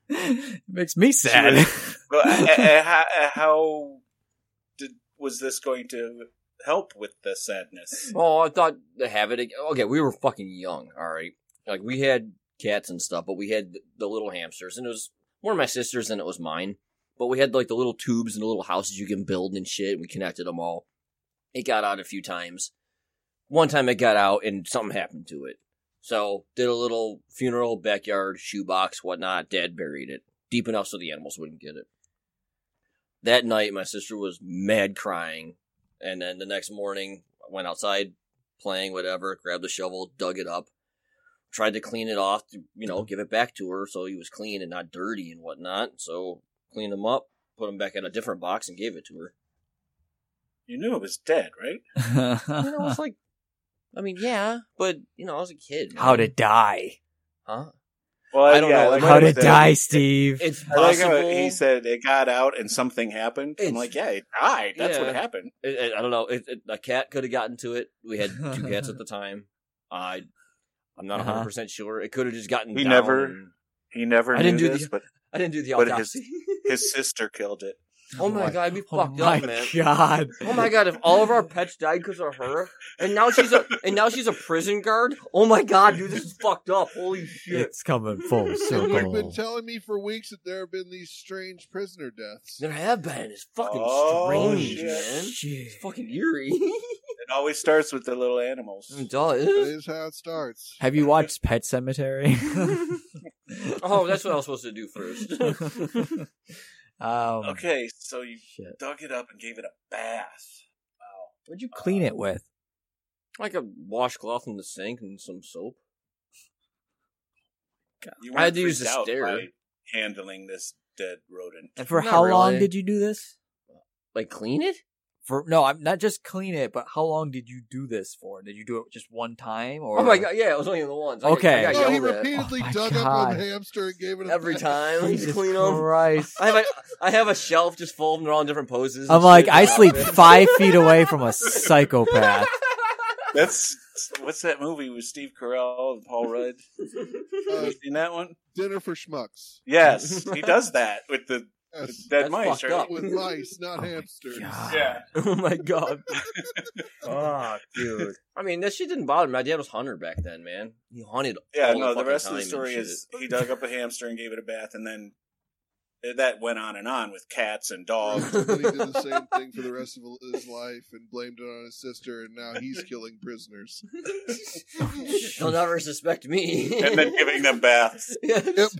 S2: *laughs* Makes me sad.
S4: *laughs* Well, a- a- a- how, a- how did was this going to help with the sadness?
S3: *laughs* Oh, I thought to have it. ag- Okay, we were fucking young. All right, like we had cats and stuff, but we had th- the little hamsters, and it was one of my sisters, and it was mine. But we had like the little tubes and the little houses you can build and shit. And we connected them all. It got out a few times. One time it got out, and something happened to it. So did a little funeral, backyard, shoebox, whatnot. Dad buried it deep enough so the animals wouldn't get it. That night, my sister was mad crying, and then the next morning, I went outside, playing, whatever, grabbed the shovel, dug it up, tried to clean it off, to, you know, give it back to her so he was clean and not dirty and whatnot. So cleaned him up, put him back in a different box and gave it to her.
S4: You knew it was dead, right?
S3: *laughs* You know,
S2: *laughs*
S3: it's like, I mean, yeah, but, you know, I was a kid. man.
S2: How to die?
S3: Huh?
S4: Well,
S3: I don't know.
S4: like
S2: How
S4: it
S2: to
S4: was dead.
S2: die, Steve?
S3: It's
S4: I like how
S3: possible.
S4: he said it got out and something happened. I'm
S3: It's-
S4: like, yeah, it died. That's
S3: Yeah.
S4: what happened.
S3: I I- I don't know. It, it, a cat could have gotten to it. We had two cats at the time. I, I'm not
S2: Uh-huh.
S3: 100 percent sure. It could have just gotten.
S4: He
S3: down
S4: never-
S3: and-
S4: He never
S3: I didn't
S4: knew
S3: do the-
S4: this, but
S3: I didn't do the
S4: But
S3: autopsy. *laughs*
S4: his sister killed it.
S3: oh my god, I'd be
S2: Oh
S3: fucked
S2: my
S3: up,
S2: *laughs*
S3: man.
S2: god!
S3: Oh my god! If all of our pets died because of her, and now she's a and now she's a prison guard. Oh my god, dude, this is fucked up. Holy shit!
S2: It's coming full
S1: And You've been
S2: circle.
S1: telling me for weeks that there have been these strange prisoner deaths.
S3: There have been. It's fucking
S4: Oh,
S3: strange,
S4: shit.
S3: man.
S2: Shit.
S3: It's fucking
S2: *laughs*
S3: eerie.
S4: It always starts with the little animals.
S1: That
S3: it does.
S1: is how it starts.
S2: Have you watched Pet Cemetery?
S3: *laughs* Oh, that's what I was supposed to do first.
S2: *laughs* um,
S4: Okay, so you
S2: Shit.
S4: dug it up and gave it a bath. Wow.
S3: Would you clean
S2: Clean it with.
S3: like a washcloth in the sink and some soap?
S4: You
S3: I had
S4: weren't
S3: to use
S4: freaked
S3: the
S4: out
S3: stair.
S4: by handling this dead *laughs* rodent.
S2: And for
S3: Not
S2: how long
S3: really.
S2: did you do this?
S3: Like clean it?
S2: For no, I'm not just clean it, but how long did you do this for? Did you do it just one time? Or
S3: Oh my god! Yeah, it was only the ones. I
S2: Okay.
S3: got, I got
S1: No, he
S3: yelled at
S1: repeatedly
S2: Oh my
S1: dug up
S2: God.
S1: a hamster and gave it a
S3: every
S1: bath.
S3: time. *laughs*
S2: Jesus
S3: clean over.
S2: Christ!
S3: I have a I have a shelf just full of them. They're all in different poses.
S2: I'm
S3: and
S2: like,
S3: shit.
S2: I sleep five feet away from a
S4: *laughs*
S2: psychopath.
S4: That's what's that movie with Steve Carell and *laughs* Paul Rudd?
S1: Uh,
S4: Oh, *laughs* you seen that one?
S1: Dinner for schmucks.
S4: Yes, he does that with the
S1: Yes.
S4: Dead
S3: That's
S4: mice,
S3: fucked
S4: right?
S3: up.
S1: With mice, not
S2: Oh my
S1: hamsters.
S2: God.
S4: Yeah.
S3: *laughs* Oh my god. Fuck, dude. I mean, that shit didn't bother me. My dad was hunter back then, man. He hunted.
S4: Yeah,
S3: all
S4: no, the
S3: fucking
S4: rest of
S3: time
S4: the
S3: and
S4: story
S3: shit.
S4: is he dug up a hamster and gave it a bath, and then that went on and on with cats
S3: *laughs*
S4: and dogs.
S1: And then he Um, did the same thing for the rest of his life and blamed it on his sister, and now he's killing prisoners.
S3: He'll never suspect me. *laughs*
S4: and then giving them baths.
S3: Yes.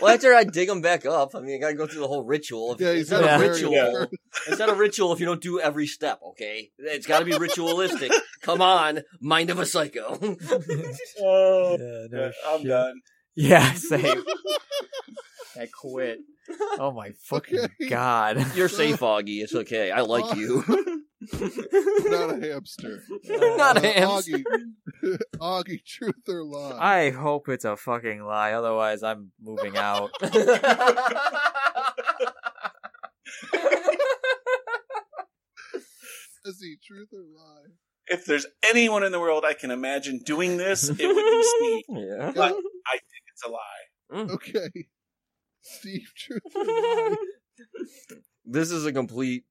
S3: Well, after I dig them back up, I mean, I gotta go through the whole ritual. If-
S1: Yeah,
S3: it's
S1: he's
S3: not
S2: gotta
S3: a
S1: bury
S3: ritual.
S1: them
S3: It's not a ritual if you don't do every step. Okay, it's gotta be ritualistic. Come on, mind of a psycho.
S4: *laughs*
S3: *laughs*
S4: Oh,
S2: Yeah, no
S4: I'm
S2: shit.
S4: done.
S2: Yeah,
S4: *laughs*
S2: same. I quit. Oh my fucking
S1: Okay.
S2: god.
S3: You're safe, Augie. It's okay. I like you.
S1: *laughs*
S3: *laughs*
S1: not a hamster.
S2: *laughs*
S3: Not a
S1: Uh,
S3: hamster.
S1: Augie, *laughs* Augie, truth or lie?
S2: I hope it's a fucking lie. Otherwise, I'm moving out.
S1: Is he truth or
S2: *laughs*
S1: lie?
S4: If there's anyone in the world I can imagine doing this, *laughs* it would *laughs* be Steve.
S3: yeah.
S4: But I think it's a lie.
S1: Okay. Steve, truth
S2: *laughs*
S1: or lie?
S3: *laughs* This is a complete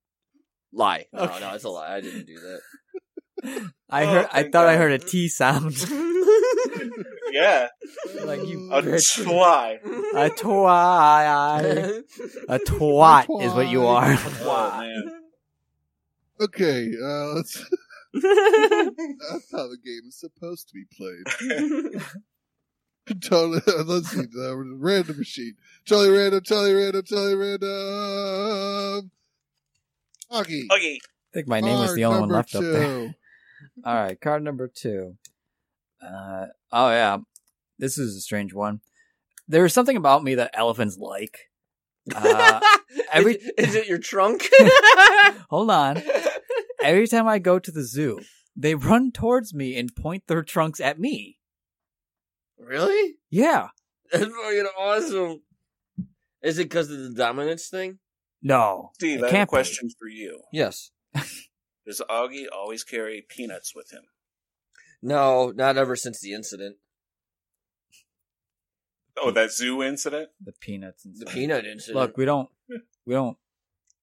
S3: lie. No,
S2: Okay.
S3: no, it's a lie. I didn't do
S2: *laughs*
S3: that.
S2: I
S4: Oh,
S2: heard. I
S4: thank
S2: thought I
S4: God.
S2: heard a T
S4: *laughs*
S2: sound. *laughs*
S4: Yeah,
S2: Like you-
S1: Uh,
S4: a
S2: Bitch.
S4: *laughs* lie.
S3: *laughs*
S2: A twat. A twat is what you are. *laughs*
S4: Oh, man.
S1: Okay, uh, that's, *laughs* that's how the game is supposed to be played.
S2: *laughs*
S1: Totally. uh, Let's see. The random machine. Totally random. Totally random. Totally random.
S2: Oh,
S1: Augie.
S2: I
S4: Okay,
S2: think my name was
S1: card
S2: the only one
S1: number
S2: left up there. *laughs*
S1: two.
S2: All right, card number two. Uh, oh yeah, this is a strange one. There is something about me that elephants like. Uh, every-
S3: is, is it your
S2: *laughs*
S3: trunk?
S2: hold on. Every time I go to the zoo, they run towards me and point their trunks at me.
S3: really? *laughs*
S2: Yeah.
S3: That's fucking awesome. Is it because of the dominance thing?
S2: No.
S4: Steve,
S2: It
S4: I have a
S2: can't be.
S4: question for you.
S3: Yes.
S4: Does Augie always carry peanuts with him?
S3: No, not ever since the incident.
S4: Oh, that zoo incident?
S2: The peanuts and
S3: The
S2: *laughs* stuff.
S3: peanut incident.
S2: Look, we don't. We don't.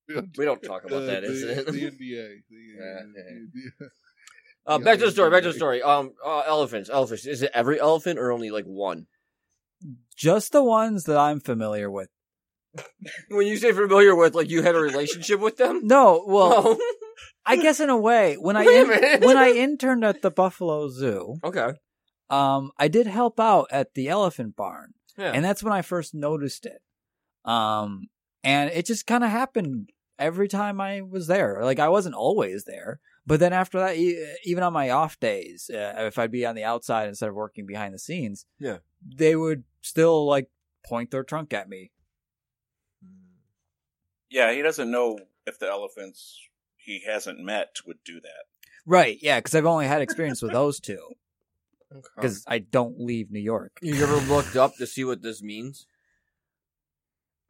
S3: we *laughs* don't talk about
S1: The-
S3: that
S2: *laughs*
S1: the,
S3: incident. *laughs*
S1: The NBA. The,
S3: Yeah,
S1: the- the-
S3: Uh, back to the story.
S2: *laughs*
S3: Back to the story. Um, uh, elephants. Elephants. Is it every elephant or only like one?
S2: Just the ones that I'm familiar with.
S3: When you say familiar with, like you had a relationship with them?
S2: No, well,
S3: Oh,
S2: I guess in a way, when I
S3: *laughs* Wait a
S2: in-
S3: minute.
S2: when I interned at the Buffalo Zoo,
S4: *laughs*
S3: okay.
S2: um, I did help out at the elephant barn,
S3: Yeah.
S2: and that's when I first noticed it. Um, and it just kind of happened every time I was there. Like I wasn't always there, but then after that, e- even on my off days, uh, if I'd be on the outside instead of working behind the scenes,
S3: Yeah.
S2: they would still like point their trunk at me.
S4: Yeah, he doesn't know if the elephants he hasn't met would do that.
S2: Right? Yeah, because I've only had experience with those two
S3: Okay.
S2: because I don't leave New York.
S3: You ever looked up to see what this means?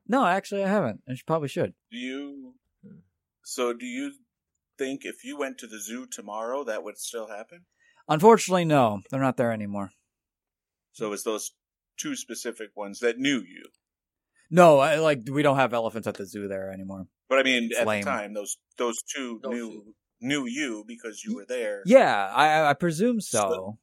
S2: No, actually, I haven't. I should- probably should.
S4: Do you?
S2: Hmm.
S4: So, do you think if you went to the zoo tomorrow, that would still happen?
S2: Unfortunately, no, they're not there anymore. Hmm.
S4: So, it's those two specific ones that knew you.
S2: No, I, like we don't have elephants at the zoo there anymore.
S4: But I mean,
S2: It's
S4: at
S2: lame.
S4: the time, those those two
S3: Those
S4: knew
S3: two.
S4: knew you because you were there.
S2: Yeah, I, I presume so.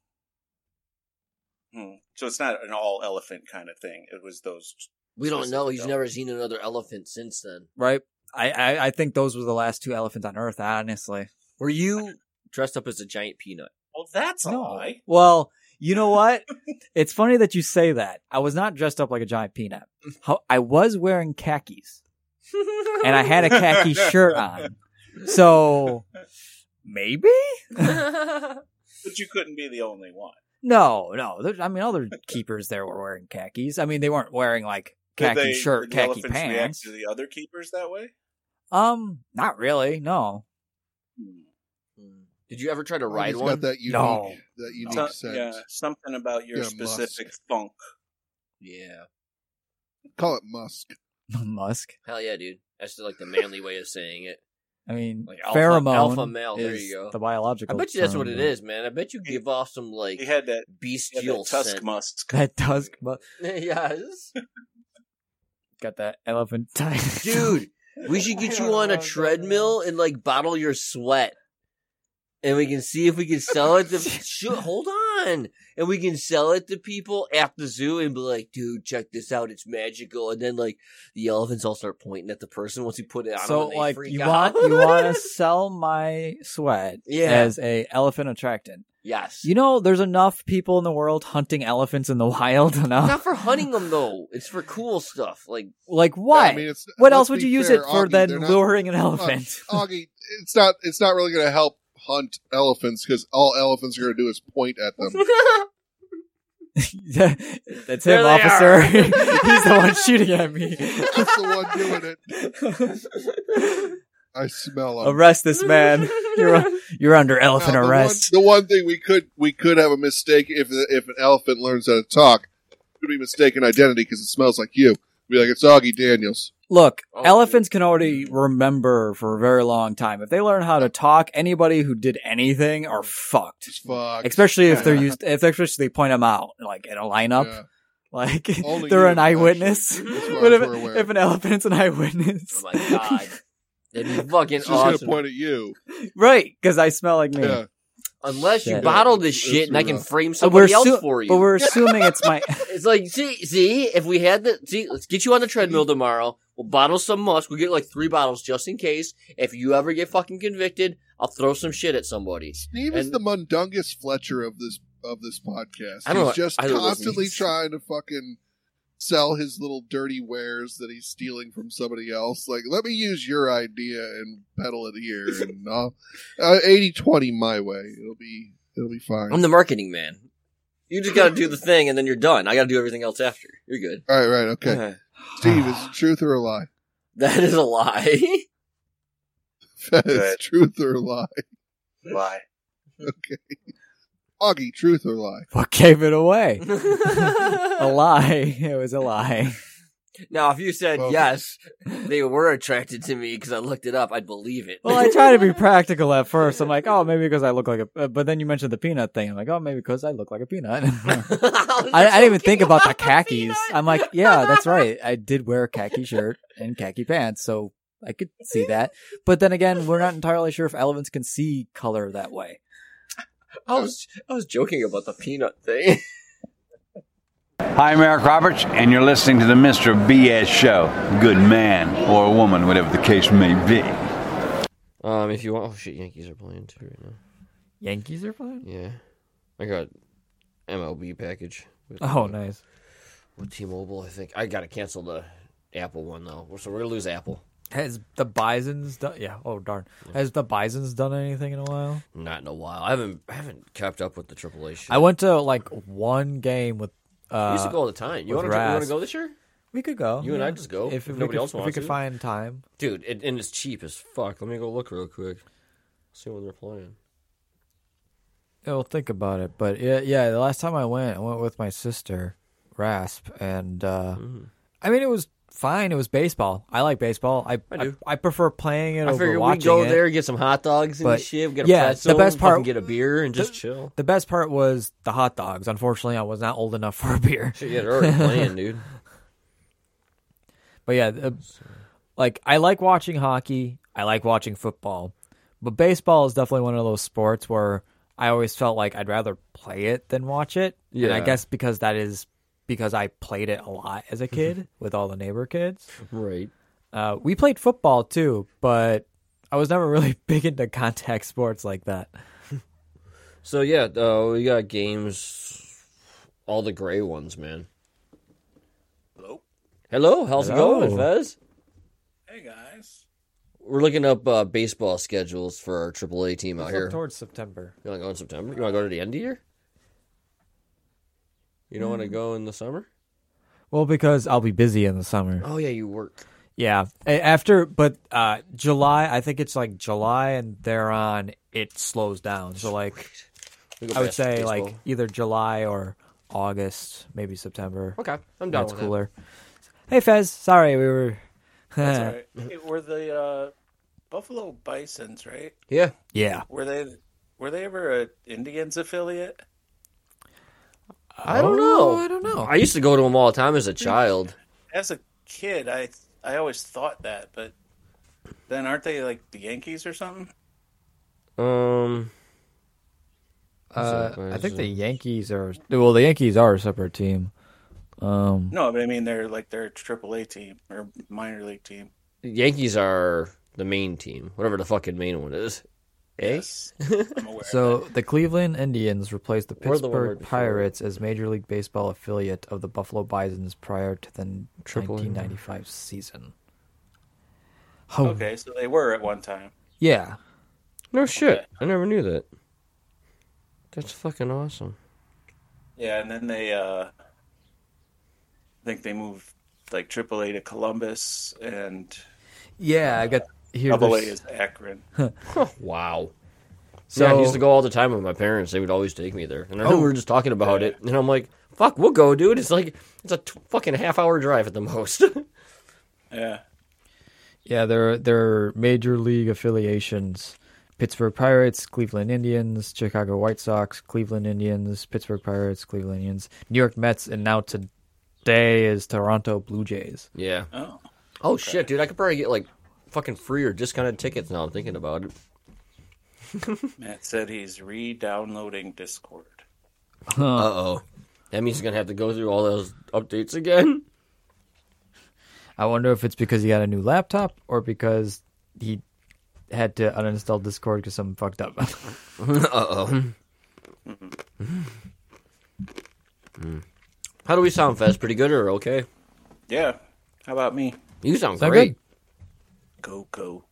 S4: Hmm. So it's not an all elephant kind of thing. It was those.
S3: We don't know. He's
S4: Specific
S3: never seen another elephant since then.
S2: Right? I, I I think those were the last two elephants on Earth. Honestly,
S3: Were you dressed up as a giant peanut?
S4: Well, that's a
S2: no.
S4: lie.
S2: Well, you know what? it's funny that you say that. I was not dressed up like a giant
S4: *laughs*
S2: peanut. Ho- I was wearing khakis, and I had a
S4: *laughs*
S2: khaki shirt on. So maybe
S4: But you couldn't be the only one.
S2: No, no. There- I mean, other keepers there were wearing khakis. I mean, they weren't wearing like
S4: Did
S2: khaki
S4: they-
S2: shirt,
S4: did the
S2: khaki
S4: elephants React
S2: pants.
S4: to the other keepers that way.
S2: Um, not really. No. *laughs*
S4: Hmm.
S3: Did you ever try to
S1: Augie's
S3: ride
S1: got
S3: one?
S1: that unique,
S2: No.
S1: that unique
S4: So-
S1: scent.
S4: yeah, something about your
S1: Yeah,
S4: specific funk.
S3: Yeah.
S1: Call it musk.
S2: Musk.
S3: Hell yeah, dude. That's the, like the manly way of saying it.
S2: I mean,
S3: Like alpha-
S2: pheromone.
S3: alpha male, there
S2: is
S3: you go.
S2: The
S3: I
S2: biological.
S3: bet you that's what
S2: term. *laughs*
S3: it is, man. I bet you give off some like
S4: He had that, he had
S3: *laughs* bestial
S4: *laughs* that tusk
S3: scent.
S4: musk.
S2: That does. But
S3: yes.
S2: got that elephant *laughs* tie.
S3: Dude, we should get you
S2: *laughs* Oh,
S3: on a treadmill and like bottle your sweat. And we can see if we can sell it
S2: *laughs*
S3: to Shoo- hold on. And we can sell it to people at the zoo and be like, dude, check this out, it's magical. And then like the elephants all start pointing at the person once you put it on
S2: so
S3: them and they
S2: like
S3: freak
S2: you
S3: out. *laughs*
S2: want you want to sell my sweat
S3: Yeah.
S2: as a elephant attractant.
S3: Yes.
S2: You know, there's enough people in the world hunting elephants in the *laughs* wild enough.
S3: Not for hunting them though. It's for cool stuff. Like
S2: Like what?
S1: I mean, it's,
S2: what
S1: let's
S2: else would
S1: be
S2: you use
S1: fair,
S2: it for
S1: Augie,
S2: then
S1: they're not-
S2: luring an
S3: Oh,
S2: elephant?
S1: *laughs* Augie, it's not it's not really going to help hunt elephants because all elephants are going to do is point at
S2: *laughs*
S1: them.
S2: *laughs* Yeah, That's
S3: There
S2: him,
S3: they
S2: officer.
S3: are.
S2: *laughs* He's the
S3: *laughs*
S2: one shooting at me.
S1: That's the one doing it.
S2: *laughs*
S1: I smell 'em.
S2: Arrest *laughs*
S3: *laughs*
S2: this man. You're
S3: Oh,
S2: you're under elephant
S1: Now, the
S2: arrest.
S1: One, the one thing we could we could have a mistake if if an elephant learns how to talk, it would be mistaken identity because it smells like you. Be like it's Augie Daniels.
S2: Look,
S3: Oh,
S2: elephants can already remember for a very long time. If they learn how to talk, anybody who did anything are fucked.
S1: Just fuck.
S2: Especially if they're
S1: Yeah.
S2: used, if especially they point them out like in a lineup,
S1: Yeah.
S2: like *laughs*
S1: Only
S2: they're
S1: you,
S2: an eyewitness.
S1: actually, as
S2: *laughs*
S1: far
S2: But
S1: as
S2: if,
S1: we're aware.
S2: if an elephant's an eyewitness,
S3: Oh
S2: *laughs*
S3: my god. That'd be fucking
S1: It's just
S3: awesome.
S1: gonna point at you.
S2: right? Because I smell like me.
S1: Yeah.
S3: Unless you
S2: Shit.
S3: bottle this
S1: It's-
S3: shit
S1: it's
S3: and I can
S1: rough.
S3: frame
S2: But we're
S3: somebody else
S2: assu-
S3: for you.
S2: But we're assuming it's my. *laughs*
S3: It's like, see, see, if we had the, see, let's get you on the treadmill tomorrow. We'll bottle some musk. We'll get like three bottles just in case. If you ever get fucking convicted, I'll throw some shit at somebody.
S1: Steve is
S3: And-
S1: the mundungus Fletcher of this of this podcast.
S3: I
S1: He's
S3: don't know-
S1: just
S3: I don't know what
S1: constantly
S3: it means.
S1: trying to fucking sell his little dirty wares that he's stealing from somebody else. Like, let me use your idea and peddle it here, and I'll, uh, 80-20 my way. It'll be it'll be fine.
S3: I'm the marketing man. You just gotta do
S2: *laughs*
S3: the thing and then you're done. I gotta do everything else after. You're good.
S1: All right, right, okay. Steve, is it truth or a lie?
S3: *laughs*
S1: *laughs*
S3: That is a
S2: *laughs*
S3: lie. *laughs*
S1: That is
S4: Good.
S1: truth or a lie.
S4: Why?
S1: Augie, truth or lie?
S2: What gave it away? a
S3: now,
S2: lie. *laughs* It was a lie.
S3: if you said
S1: Well-
S3: Uh, yes, they were attracted to me because I looked it up, I'd believe it.
S2: Well, I
S3: *laughs*
S2: try to be practical at first. I'm like, oh, maybe because I look like a. uh, But then you mentioned the peanut thing. I'm like, oh, maybe because I look like a
S1: *laughs*
S2: peanut. *laughs* I, I didn't even think about the khakis. I'm like, yeah, that's right. I did wear a khaki shirt and khaki pants, so I could see that. But then again, we're not entirely sure if elephants can see color that way.
S3: I was, I was joking about the peanut thing.
S5: Hi, I'm Eric Roberts, and you're listening to the Mr. BS Show. Good man or woman, whatever the case may be.
S3: Um, if you want, oh shit, Yankees are playing too right now.
S2: Yankees are playing.
S3: *laughs* Yeah, I got MLB package. With,
S2: Oh, nice.
S3: With T-Mobile, I think I gotta cancel the Apple one though, so we're gonna lose Apple.
S2: Has the Bison's done? Yeah. Oh darn. Has the Bison's done anything in a while?
S3: Not in a while. I haven't, I haven't kept up with the AAA shit.
S2: I went to like one game with.
S3: I used
S2: Uh,
S3: to go all the time. You
S2: with
S3: want to, you want to
S2: Rasp.
S3: go this year,
S2: we could go.
S3: You and I just go, if
S2: we
S3: nobody
S2: could-
S3: else
S2: If we
S3: wants
S2: could
S3: to.
S2: find time.
S3: dude? It, and it's cheap as fuck. Let me go look real quick. See when they're playing.
S2: Yeah, well, think about it. But yeah, yeah, the last time I went, I went with my sister, Rasp, and uh,
S3: Mm.
S2: I mean, it was fine. It was baseball. I like baseball. I I,
S3: do.
S2: I prefer playing
S3: I
S2: it over
S3: figure we
S2: watching
S3: go
S2: it.
S3: there, get some hot dogs and
S2: But-
S3: shit. Get a
S2: yeah, the
S3: pretzel,
S2: best part-
S3: fucking get a beer, and just chill.
S2: The best part was the hot dogs. Unfortunately, I was not old enough *laughs* for a
S3: *laughs*
S2: beer.
S3: Shit, yeah, they're
S2: *laughs*
S3: already playing, dude.
S2: But yeah, uh, like I like watching hockey. I like watching football. But baseball is definitely one of those sports where I always felt like I'd rather play it than watch it. And I
S3: Yeah.
S2: guess because that is because I played it a lot as a kid with all the neighbor kids.
S3: Right.
S2: Uh, we played football too, but I was never *laughs* really big into contact sports like that.
S3: So yeah, uh, we got games, all the gray ones, man. Hello, how's
S2: Hello.
S3: it going, Fez?
S4: Hey guys.
S3: We're looking up uh, baseball schedules for our AAA team out here.
S2: Towards September.
S3: You want to go in September? You want to go to the end of year? You don't want to go in the summer?
S2: Well, because I'll be busy in the summer.
S3: Oh yeah, you work.
S2: Yeah. A- After, but uh, July, I think it's like July and thereon, it slows down. So, like,
S3: We go
S2: I would
S3: basket-
S2: say
S3: baseball.
S2: like either July or August, maybe September.
S3: okay, I'm down
S2: That's
S3: with
S2: cooler. Hey, Fez. Sorry, we were. *laughs* Uh,
S4: That's all right. It were the uh, Buffalo Bisons, right?
S3: that. Yeah,
S2: Yeah.
S4: Were they were they ever a Indians affiliate?
S3: I don't know. Oh,
S2: I don't know.
S3: I used to go to them all the time as a child.
S4: As a kid, I I always thought that, but then aren't they like the Yankees or something?
S3: Um,
S2: Uh,
S3: So,
S2: I think the
S3: where's
S2: Yankees are well. The Yankees are a separate team. Um,
S4: No, but I mean they're like their Triple A team or minor league team.
S3: the Yankees are the main team, whatever the fucking main one is. Eh?
S4: Yes, I'm aware.
S2: so the Cleveland Indians replaced the
S3: Or the one right
S2: Pittsburgh
S3: before.
S2: Pirates as Major League Baseball affiliate of the Buffalo Bisons prior to the
S3: Triple A.
S2: 1995 season.
S4: of
S2: Oh,
S4: that. okay, so they were at one time.
S2: yeah.
S3: No shit, I never knew that. That's fucking awesome.
S4: Yeah, and then they, uh, I think they moved like Triple A to Columbus and
S2: Yeah, I got here.
S4: Double A
S2: there's-
S4: is Akron.
S3: wow.
S2: So
S3: yeah, I used to go all the time with my parents. They would always take me there, and I know
S2: Oh.
S3: we were just talking about it, and I'm like, "Fuck, we'll go, dude." It's like it's a t- fucking half hour drive at the most. *laughs*
S4: Yeah,
S2: yeah, there there are major league affiliations: Pittsburgh Pirates, Cleveland Indians, Chicago White Sox, Cleveland Indians, Pittsburgh Pirates, Cleveland Indians, New York Mets, and now today is Toronto Blue Jays.
S3: yeah.
S4: Oh.
S3: Oh shit, dude! I could probably get like fucking free or discounted tickets now. I'm thinking about it.
S4: Matt said he's re-downloading Discord.
S3: Uh oh. That means he's gonna have to go through all those updates again. *laughs*
S2: I wonder if it's because he got a new laptop or because he had to uninstall Discord because something fucked up. *laughs*
S3: uh oh. How do we sound, Fez? Pretty good or okay?
S4: Yeah, how about me?
S3: You sound
S2: Sound
S3: great.
S4: Go go.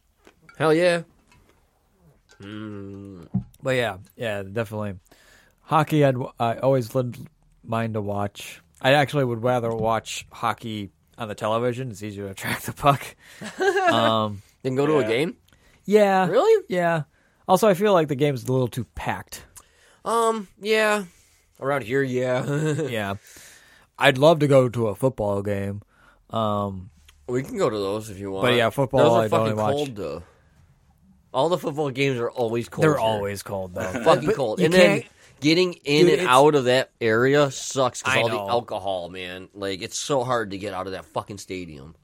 S3: Hell yeah.
S2: But yeah, yeah, definitely. Hockey, I'd, I always would mind to watch. I actually would rather watch hockey on the television. It's easier to track the puck. um,
S3: Then go to a
S4: Yeah.
S3: game.
S2: yeah.
S3: Really?
S2: Yeah. Also, I feel like the game's a little too packed.
S3: Um. Yeah. Around here, yeah. *laughs*
S2: Yeah. I'd love to go to a football game. Um,
S3: we can go to those if you want.
S2: But yeah, football,
S3: Those are
S2: I'd only
S3: fucking
S2: watch-
S3: cold though. All the football games are always cold.
S2: they're
S3: here.
S2: always cold, though.
S3: *laughs* fucking
S2: But
S3: cold.
S2: you
S3: And then
S2: can't-
S3: getting in
S2: Dude,
S3: and
S2: it's-
S3: out of that area sucks because
S2: I
S3: all
S2: know.
S3: the alcohol, man. Like it's so hard to get out of that fucking stadium.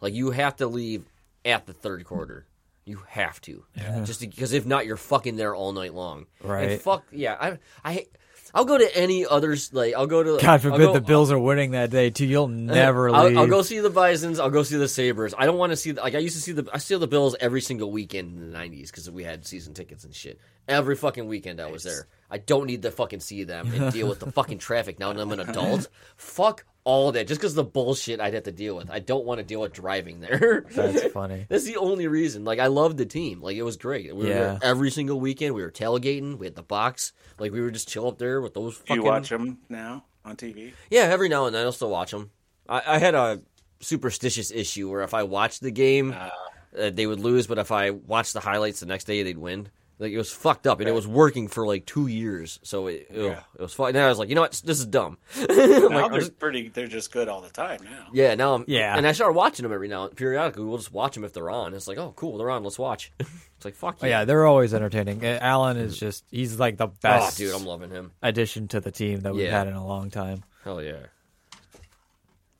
S3: Like you have to leave at the third quarter. You have to, just because if not, you're fucking there all night long. And
S2: Right.
S3: fuck yeah, I I I'll go to any other s- like I'll go to
S2: God forbid
S3: I'll go-
S2: the Bills are winning that day, too. You'll never leave.
S3: *laughs* I'll, I'll *laughs* go see the Bisons. I'll go see the Sabers. I don't want to see the, like I used to see the I see the Bills every single weekend in the '90s because we had season tickets and shit. Every fucking weekend I was there. I don't need to fucking see them and deal with
S2: *laughs*
S3: the fucking traffic now that I'm an adult. Fuck all that just because the bullshit I'd have to deal with. I don't want to deal with driving there.
S2: That's funny.
S3: *laughs* That's the only reason. Like I loved the team. Like it was great. We were there
S2: Yeah.
S3: every single weekend. We were tailgating. We had the box. Like we were just chill up there with those.
S4: Do
S3: Fucking...
S4: you watch them now on TV?
S3: Yeah, every now and then I'll still watch them. I, I had a superstitious issue where if I watched the game,
S2: Ah.
S3: uh, they would lose, but if I watched the highlights the next day, they'd win. Like it was fucked up, and it was working for like two years. So it, ugh, it was fun. And I was like, you know what, this is dumb. *laughs* I'm
S4: Now
S3: like, I'm
S4: they're
S3: just-
S4: pretty. They're just good all the time now.
S3: yeah, now I'm
S2: Yeah.
S3: and I started watching them every now and periodically. We'll just watch them if they're on. It's like, oh, cool, they're on. Let's watch. *laughs* it's like, fuck
S2: Oh, yeah, they're always entertaining. Uh, Allen is just, he's like the
S3: oh,
S2: best
S3: dude, I'm loving him.
S2: addition to the team that we've
S3: Yeah.
S2: had in a long
S6: *laughs*
S2: time.
S3: Hell yeah.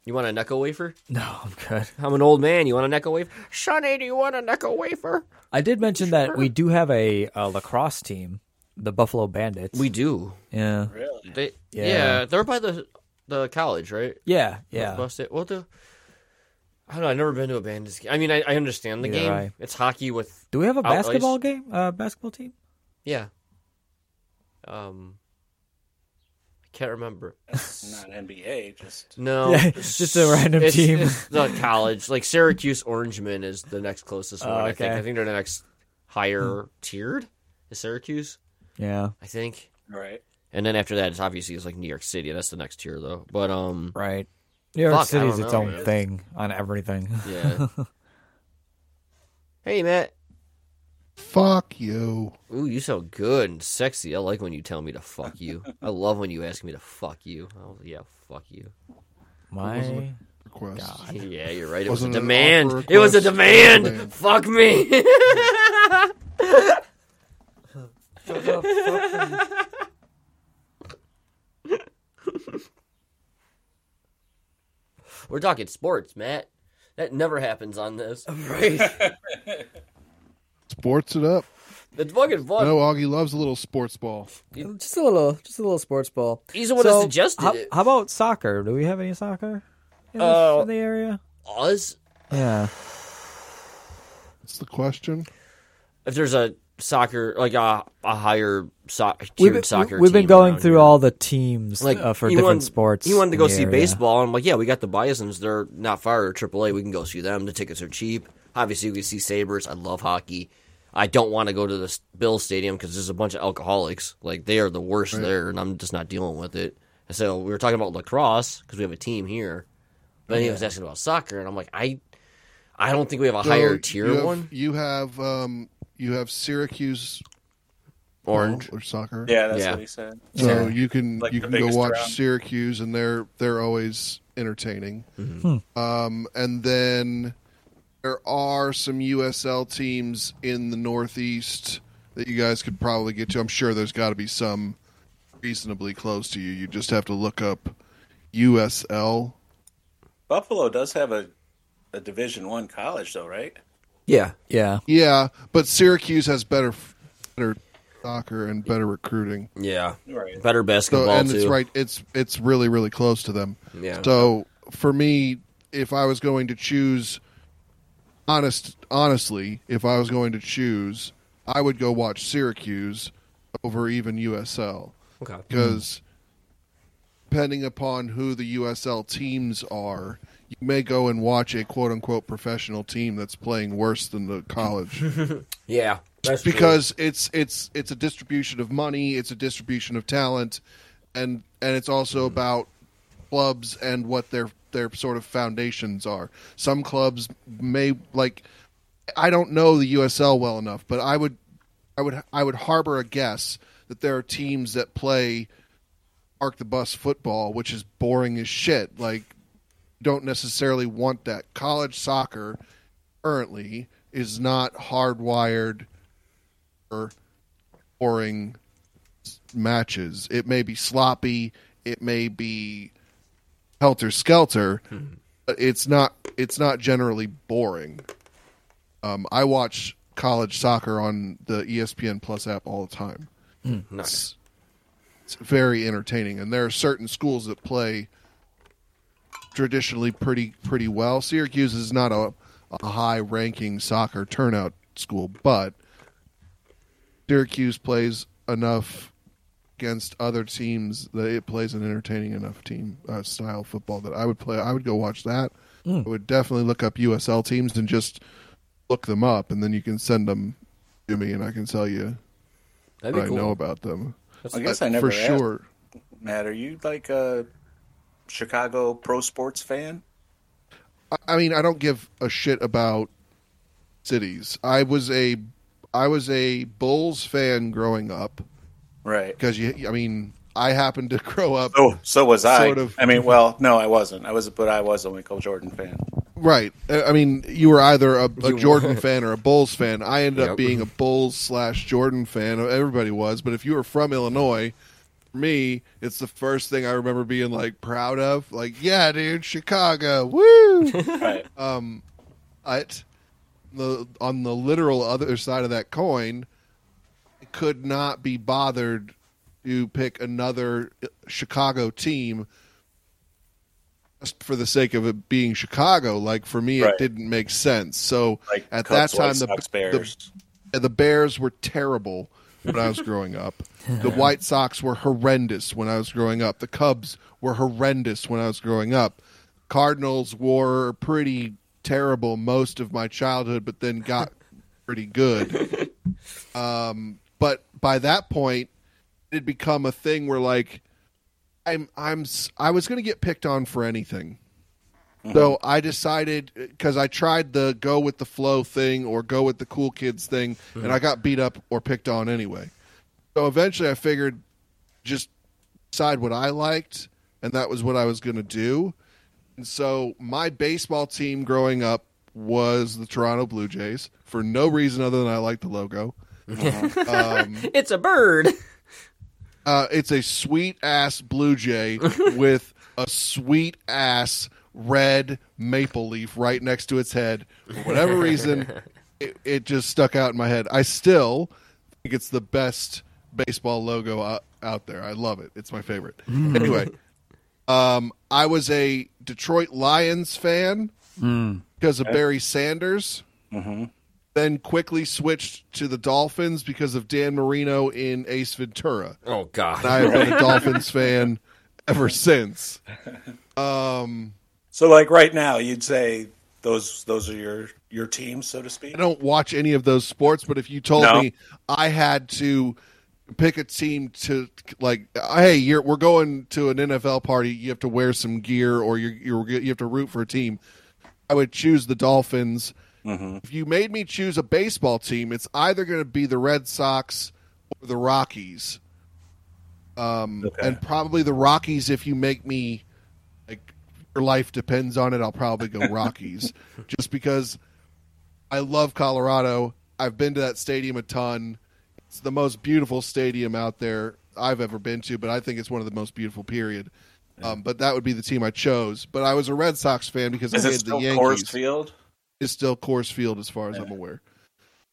S3: You want a Necco wafer?
S2: No, I'm good.
S3: I'm an old man. You want a Necco wafer? Sonny, do you want a Necco wafer?
S2: I did mention that we do have a, a lacrosse team, the Buffalo Bandits.
S3: We do.
S2: yeah,
S4: Really?
S3: They yeah.
S2: Yeah.
S3: they're by the the college, right?
S2: yeah, yeah.
S3: Bus- What the? I don't know. I've never been to a bandits game. I mean, I, I understand the
S2: Neither
S3: game.
S2: I.
S3: It's hockey with
S2: Do we have a
S3: Out ice.
S2: basketball game? Uh, basketball team?
S3: yeah. Um, I can't
S2: *laughs*
S3: remember.
S4: Not NBA. Just
S3: No,
S2: Yeah, it's just a random
S3: it's-
S2: team.
S3: it's
S2: *laughs*
S3: the college, like Syracuse Orangeman, is the next closest one.
S2: Oh,
S3: I think.
S2: okay. Hmm.
S3: I think they're the next higher tiered. Is Syracuse?
S2: Yeah,
S3: I think.
S4: right.
S3: And then after that, it's obviously it's like New York City. That's the next tier, though. But um,
S2: right. New York
S3: Fuck, I
S2: City's
S3: don't
S2: its
S3: know,
S2: own
S3: man.
S2: thing on
S3: *laughs*
S2: everything. *laughs*
S3: yeah. hey, Matt.
S1: Fuck you.
S3: Ooh, you so good and sexy. I like when you tell me to fuck you. I love when you ask me to fuck you. Oh yeah, fuck you. *laughs*
S2: My
S1: Request.
S3: Yeah, you're right. It was
S1: Wasn't
S3: a
S1: an
S3: demand.
S1: awkward
S3: It was a
S1: request.
S3: demand.
S1: Man.
S3: Fuck me. *laughs* We're talking sports, Matt. That never happens
S1: *laughs*
S3: on this.
S6: Right.
S1: Sports it up.
S3: It's fucking fun.
S1: No, Augie loves a little sports ball.
S6: just a little, just a little sports ball.
S3: He's the one
S6: So,
S3: that suggested
S2: How,
S3: it.
S2: how about soccer? Do we have any soccer in, this-
S3: Uh,
S2: in the area?
S3: Us?
S2: Yeah.
S1: That's the question.
S3: If there's a soccer, like a, a higher so- tiered
S2: We've been,
S3: soccer
S2: we've been
S3: team
S2: going
S3: around
S2: through
S3: here.
S2: all the teams uh, for
S3: he
S2: different
S3: wanted-
S2: sports.
S3: He wanted to
S2: in
S3: go
S2: the
S3: see
S2: area.
S3: baseball. I'm like, yeah, we got the Bisons. They're not far or AAA. We can go see them. The tickets are cheap. Obviously, we can see Sabers. I love hockey. I don't want to go to the S- Bills Stadium because there's a bunch of alcoholics. Like they are the worst there, and I'm just not dealing with it. And so we were talking about lacrosse because we have a team here, but he was asking about soccer, and I'm like, I, I don't think we have a higher
S1: So,
S3: tier
S1: you have,
S3: one.
S1: You have um, you have Syracuse
S3: Orange.
S1: ball or soccer.
S4: Yeah, that's
S3: Yeah.
S4: what he said.
S1: So you can
S4: Like
S1: you
S4: the
S1: can go
S4: biggest
S1: watch
S4: round.
S1: Syracuse, and they're they're always entertaining. Um, and then there are some USL teams in the Northeast that you guys could probably get to. I'm sure there's got to be some reasonably close to you. You just have to look up USL.
S4: Buffalo does have a, a Division One college, though, right?
S3: Yeah,
S2: *laughs*
S3: *laughs*
S2: Yeah.
S1: Yeah, but Syracuse has better better soccer and better recruiting.
S3: yeah,
S4: Right.
S3: better
S1: So
S3: basketball
S1: and
S3: too.
S1: it's right. It's it's really really close to them.
S3: Yeah.
S1: So for me, if I was going to choose, honest honestly, if I was going to choose, I would go watch Syracuse over even USL
S3: Okay.
S1: because depending upon who the USL teams are, you may go and watch a quote unquote professional team that's playing worse than the college
S3: Yeah, that's true.
S1: because it's it's it's a distribution of money, it's a distribution of talent, and and it's also
S3: Mm-hmm.
S1: about clubs and what their their sort of foundations are. Some clubs may like I don't know the USL well enough, but I would I would I would harbor a guess that there are teams that play park the bus football, which is boring as shit. Like don't necessarily want that. College soccer currently is not hardwired for boring s- matches. It may be sloppy, it may be helter skelter, but it's not it's not generally boring. Um, I watch college soccer on the E ESPN Plus app all the time.
S3: nice.
S1: It's very entertaining, and there are certain schools that play traditionally pretty pretty well. Syracuse is not a, a high ranking soccer turnout school, but Syracuse plays enough against other teams that it plays an entertaining enough team uh, style football that I would play. I would go watch that. I would definitely look up USL teams and just look them up, and then you can send them to me, and I can tell you
S3: That'd
S1: what
S3: be cool.
S1: I know about them.
S4: I guess
S1: But
S4: I never
S1: for
S4: asked.
S1: sure.
S4: Matt, are you like a Chicago pro sports fan?
S1: I- I mean, I don't give a shit about cities. I was a I was a Bulls fan growing up
S4: Right.
S1: because you. I mean, I happened to *laughs* grow up
S4: Oh, so was I.
S1: Sort of.
S4: I mean, well, no, I wasn't. I was, but I was a Michael
S3: *laughs*
S4: Jordan fan.
S1: right. Uh, I I mean, you were either a, a
S3: You
S1: Jordan
S3: were.
S1: fan or a Bulls fan. I ended
S3: Yep.
S1: up being a Bulls slash Jordan fan. Everybody was, but if you were from Illinois. for Me, it's the first thing I remember being like proud of. Like, yeah, dude, Chicago, woo!
S3: *laughs*
S4: Right.
S1: Uh, but the on the literal other side of that coin, I could not be bothered to pick another Chicago team just for the sake of it being Chicago. Like for me,
S4: Right.
S1: it didn't make sense. So
S4: like
S1: at
S4: Cubs,
S1: that time,
S4: White
S1: the,
S4: Sox,
S1: the
S4: Bears.
S1: the Bears were terrible when I was growing up. The White Sox were horrendous when I was growing up. The Cubs were horrendous when I was growing up. Cardinals were pretty terrible most of my childhood, but then got pretty good. Um, but by that point, it had become a thing where like I'm I'm s- I was going to get picked on for anything. Mm-hmm. So I decided because I tried the go with the flow thing or go with the cool kids thing, and I got beat up or picked on anyway. So eventually, I figured just decide what I liked, and that was what I was going to do. And so my baseball team growing up was the Toronto Blue Jays for no reason other than I liked the logo.
S3: *laughs* It's a bird.
S1: Uh, it's a sweet ass blue jay with a sweet ass red maple leaf right next to its head. For whatever reason, it, it just stuck out in my head. I still think it's the best baseball logo out, out there. I love it. It's my favorite. anyway, um, I was a Detroit Lions fan because of Barry Sanders. Then quickly switched to the Dolphins because of Dan Marino in Ace Ventura.
S3: Oh God.
S1: I have been a Dolphins fan ever since.
S4: So, like right now, you'd say those those are your your teams, so to speak.
S1: I don't watch any of those sports, but if you told
S4: No.
S1: me I had to pick a team to like, hey, you're, we're going to an NFL party, you have to wear some gear, or you you're, you have to root for a team, I would choose the Dolphins. If you made me choose a baseball team, it's either going to be the Red Sox or the Rockies.
S4: Okay.
S1: and probably the Rockies. If you make me like your life depends on it, I'll probably go
S4: *laughs*
S1: Rockies, just because I love Colorado. I've been to that stadium a ton. It's the most beautiful stadium out there I've ever been to, but I think it's one of the most beautiful. Period. Um, but that would be the team I chose. But I was a Red Sox fan because
S4: Is
S1: I
S4: it
S1: hated the
S4: still
S1: Yankees
S4: Coors Field?
S1: is still Coors Field as far as I'm aware.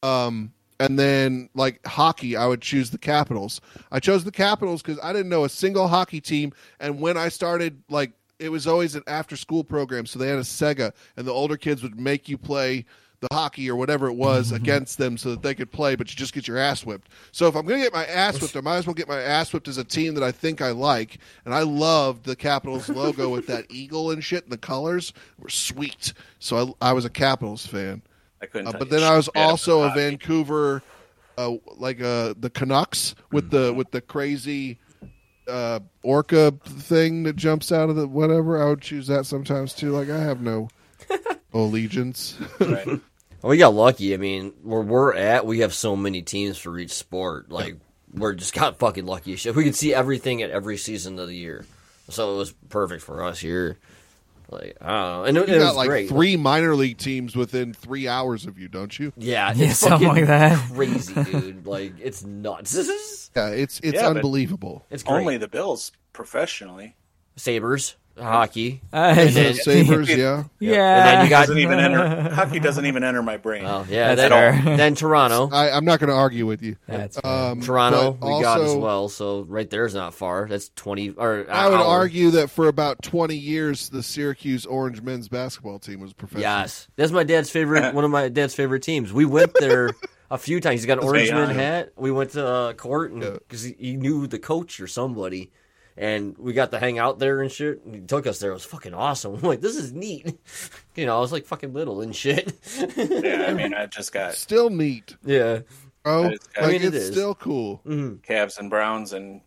S1: Um, and then like hockey, I would choose the Capitals. I chose the Capitals because I didn't know a single hockey team. And when I started, like it was always an after school program, so they had a Sega, and the older kids would make you play the hockey or whatever it was against them so that they could play, but you just get your ass whipped. So if I'm gonna get my ass whipped, I might as well get my ass whipped as a team that I think I like. And I loved the Capitals logo with that eagle and shit, and the colors were sweet. So I, I was a Capitals fan.
S4: I couldn't.
S1: Uh,
S4: tell
S1: but
S4: you
S1: then I was
S4: shit about
S1: also a
S4: hockey.
S1: Vancouver, uh, like uh, the Canucks with the
S4: Mm-hmm.
S1: with the crazy uh, orca thing that jumps out of the whatever. I would choose that sometimes too. Like I have
S4: *laughs*
S1: no allegiance. *laughs*
S4: Right.
S3: Well, we got lucky. I mean, where we're at, we have so many teams for each sport. Like, we're just got fucking lucky. as shit. We could see everything at every season of the year, so it was perfect for us here. Like, I don't know, and it,
S1: You
S3: it
S1: got
S3: was
S1: like
S3: great.
S1: three minor league teams within three hours of you, don't you?
S3: yeah,
S2: *laughs* Yeah,
S3: it's
S2: something
S3: fucking
S2: like that.
S3: *laughs* Crazy, dude. Like, it's nuts. *laughs*
S1: Yeah, it's it's
S4: Yeah, but-
S1: unbelievable.
S3: it's great.
S4: Only the Bills professionally.
S3: Sabers hockey.
S2: I-
S3: then-
S1: The
S3: *laughs*
S1: Sabers, yeah.
S2: *laughs* yeah.
S3: And then you got
S4: Doesn't even
S3: *laughs*
S4: enter. Hockey doesn't even enter my brain.
S3: oh yeah,
S2: That's
S3: then,
S2: fair.
S3: then Toronto.
S1: I, I'm not going to argue with you.
S2: That's fair.
S1: um,
S3: Toronto,
S1: but
S3: we got as
S1: also-
S3: well. So right there's not far. That's twenty or uh, an
S1: I would
S3: hour.
S1: argue that for about 20 years, the Syracuse Orange men's basketball team was professional.
S3: Yes, that's my dad's favorite. one of my dad's favorite teams. We went there a few times. He's got an orange
S4: very
S3: man
S4: high.
S3: hat. We went to uh, court
S1: Yeah.
S3: because he, he knew the coach or somebody, and we got to hang out there and shit. And he took us there. It was fucking awesome. *laughs* I'm like, this is neat. You know, I was like fucking little and shit. *laughs*
S4: Yeah, I mean, I just got
S1: Still neat.
S3: yeah,
S1: Oh,
S4: That is
S1: like
S4: kind of-
S3: I mean, it
S1: it's
S3: is.
S1: still cool.
S4: Cavs and Browns and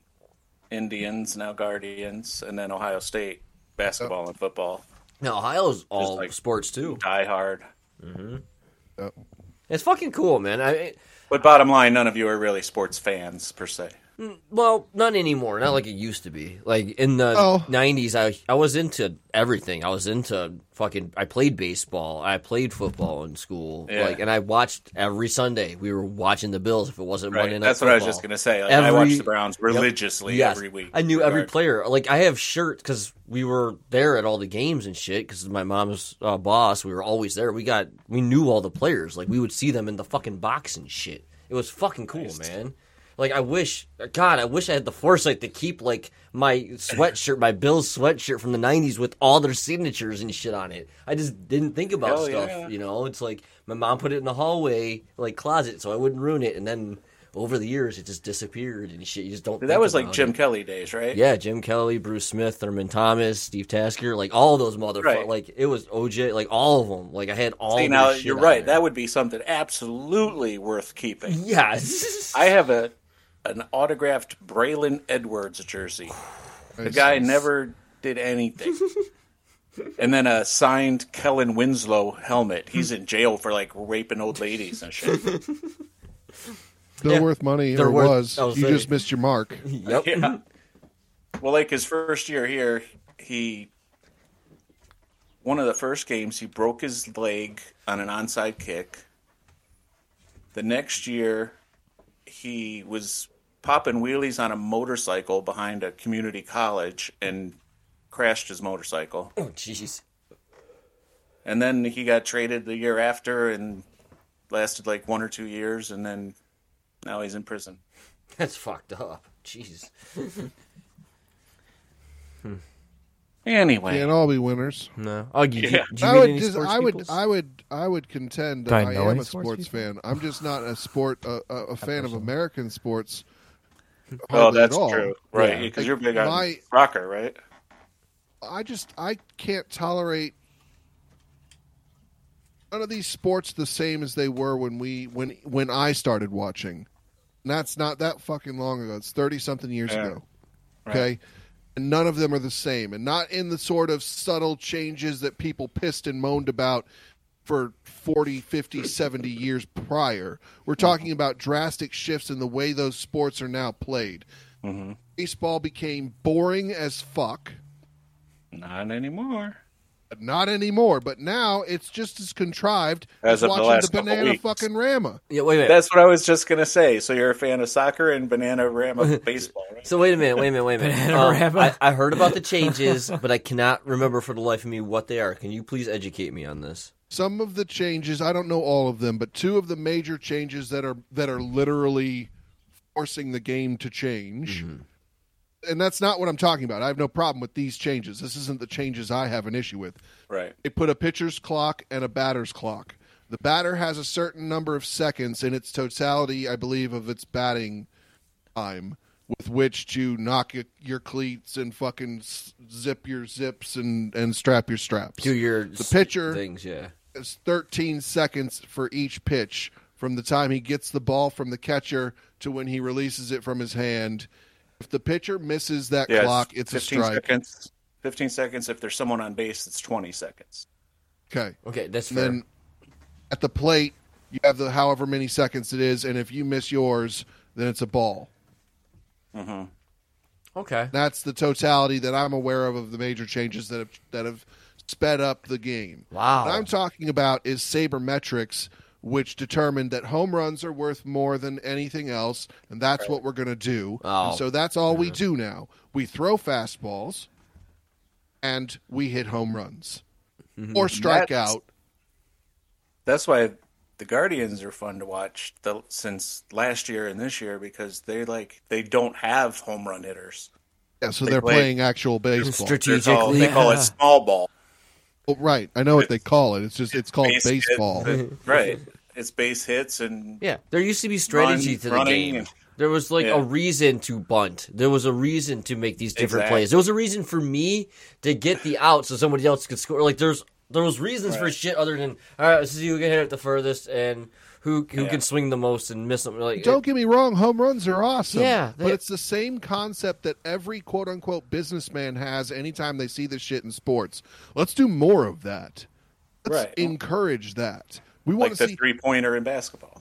S4: Indians now Guardians, and then Ohio State basketball and football.
S3: now Ohio's all
S4: like-
S3: sports too.
S4: Die hard.
S3: It's fucking cool, man. I
S4: But bottom line, none of you are really sports fans per se.
S3: Well, not anymore. Not like it used to be. Like in the
S1: Oh.
S3: '90s, I I was into everything. I was into fucking. I played baseball. I played football in school.
S4: Yeah.
S3: Like, and I watched every Sunday. We were watching the Bills. If it wasn't
S4: Right.
S3: Monday night,
S4: That's what I was
S3: Football.
S4: just gonna say. Like, I
S3: Every-
S4: watch the Browns religiously
S3: Yes.
S4: every week.
S3: I knew every
S4: Right.
S3: player. Like I have shirts because we were there at all the games and shit. Because my mom's uh, boss, we were always there. We got we knew all the players. Like we would see them in the fucking box and shit. It was fucking cool, man. Like I wish, God, I wish I had the foresight to keep like my sweatshirt, my Bills sweatshirt from the '90s with all their signatures and shit on it. I just didn't think about
S4: Hell
S3: stuff.
S4: yeah.
S3: You know, it's like my mom put it in the hallway, like closet, so I wouldn't ruin it. And then over the years, it just disappeared and shit. You just don't.
S4: That
S3: think
S4: was like
S3: about
S4: Jim
S3: it.
S4: Kelly days, right?
S3: Yeah, Jim Kelly, Bruce Smith, Thurman Thomas, Steve Tasker, like all those motherfuckers.
S4: Right.
S3: Like it was OJ, like all of them. Like I had all.
S4: See,
S3: their
S4: now
S3: shit
S4: you're
S3: on
S4: right.
S3: there.
S4: That would be something absolutely worth keeping.
S3: *laughs* yes.
S4: I have a an autographed Braylon Edwards jersey. The guy never did anything. and then a signed Kellen Winslow helmet. He's in jail for like raping old ladies and shit.
S1: Still
S3: Yeah.
S1: worth money,
S3: They're
S1: or
S3: worth-
S1: was.
S3: I was
S1: you
S3: saying.
S1: just missed your mark.
S3: yep.
S4: Yeah. Well, like his first year here, he one of the first games he broke his leg on an onside kick. The next year, he was popping wheelies on a motorcycle behind a community college and crashed his motorcycle.
S3: Oh *laughs* jeez.
S4: And then he got traded the year after and lasted like one or two years, and then now he's in prison.
S3: That's fucked up. Jeez.
S4: Anyway,
S1: Can't all be winners.
S3: No. Oh, you,
S4: Yeah.
S3: you,
S1: I
S3: meet
S1: would
S3: any
S1: just,
S3: sports
S1: I would,
S3: peoples?
S1: I would, I would contend
S2: Do I
S1: that I,
S2: know
S1: am
S2: any
S1: a
S2: sports
S1: sports
S2: people?
S1: fan. I'm just not a sport, a, a, a fan of American sports.
S4: oh,
S1: hardly at
S4: that's
S1: all.
S4: true, right?
S3: Yeah.
S4: Because you're big on
S1: My-
S4: rocker, right?
S1: I just, I can't tolerate none of these sports the same as they were when we, when, when I started watching. And that's not that fucking long ago. It's thirty something years
S4: Yeah.
S1: ago. Okay. And none of them are the same, and not in the sort of subtle changes that people pissed and moaned about for 40, 50, 70 years prior. We're talking about drastic shifts in the way those sports are now played. Baseball became boring as fuck.
S4: Not anymore.
S1: Not anymore, but now it's just as contrived as,
S4: As of the
S1: watching the,
S4: last couple
S1: banana
S4: weeks.
S1: fucking Rama.
S3: Yeah, wait a minute.
S4: That's what I was just gonna say. So you're a fan of soccer and banana rama *laughs* baseball, right?
S3: so wait a minute, wait a minute, wait a minute. Um, I,
S2: Panorama.
S3: I heard about the changes, but I cannot remember for the life of me what they are. Can you please educate me on this?
S1: Some of the changes, I don't know all of them, but two of the major changes that are that are literally forcing the game to change. And that's not what I'm talking about. I have no problem with these changes. This isn't the changes I have an issue with.
S4: Right.
S1: they put a pitcher's clock and a batter's clock. The batter has a certain number of seconds in its totality, I believe, of its batting time with which to knock y- your cleats and fucking s- zip your zips and, and strap your straps.
S3: Do your
S1: The pitcher-
S3: things, yeah.
S1: It's 13 seconds for each pitch from the time he gets the ball from the catcher to when he releases it from his hand. If the pitcher misses that
S4: Yeah,
S1: clock, it's a
S4: 15
S1: strike.
S4: Seconds, 15 seconds. If there's someone on base, it's 20 seconds.
S1: Okay.
S3: Okay, that's fair.
S1: then at the plate you have the however many seconds it is and if you miss yours then it's a ball
S3: okay.
S1: that's the totality that i'm aware of of the major changes that have that have sped up the game
S3: Wow.
S1: what i'm talking about is sabermetrics which determined that home runs are worth more than anything else and that's what we're going to do
S3: Oh.
S1: and so that's all we do now we throw fastballs and we hit home runs or strike
S4: That's-
S1: out
S4: That's why the Guardians are fun to watch the, since last year and this year because they like they don't have home run hitters.
S1: yeah, so
S4: they
S1: they are
S4: play-
S1: playing actual baseball.
S4: They're called-
S3: Strategically,
S4: they call it small ball.
S1: Well, right. I know what they call it. It's just it's called
S4: Base hits,
S1: baseball.
S4: and- right. It's base hits and
S3: yeah. There used to be strategy
S4: Run-
S3: to the
S4: running
S3: game.
S4: and-
S3: There was like
S4: Yeah.
S3: a reason to bunt. There was a reason to make these different
S4: Exactly.
S3: plays. There was a reason for me to get the out so somebody else could score. Like there's there was reasons for shit other than all right, let's see who can hit it the furthest and who who
S4: Yeah.
S3: can swing the most and miss them. Like
S1: Don't get me wrong, home runs are awesome.
S3: Yeah, they-
S1: but it's the same concept that every quote unquote businessman has anytime they see this shit in sports. Let's do more of that. Let's
S4: Right.
S1: encourage that. We want
S4: like
S1: to
S4: the
S1: see.
S4: three pointer in basketball.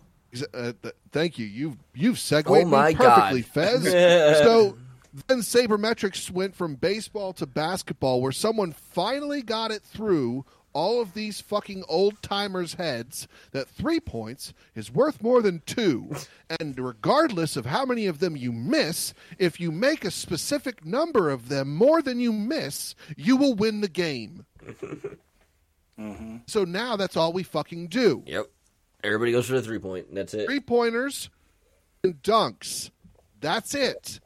S1: uh, th- thank you. You've you've segued
S3: Oh my
S1: me perfectly,
S3: *laughs* God.
S1: Fez. so then sabermetrics went from baseball to basketball, where someone finally got it through all of these fucking old timers' heads that three points is worth more than two, and regardless of how many of them you miss, if you make a specific number of them more than you miss, you will win the game. So now that's all we fucking do
S3: Yep. Everybody goes for the three point. And that's it.
S1: three pointers and dunks. That's it.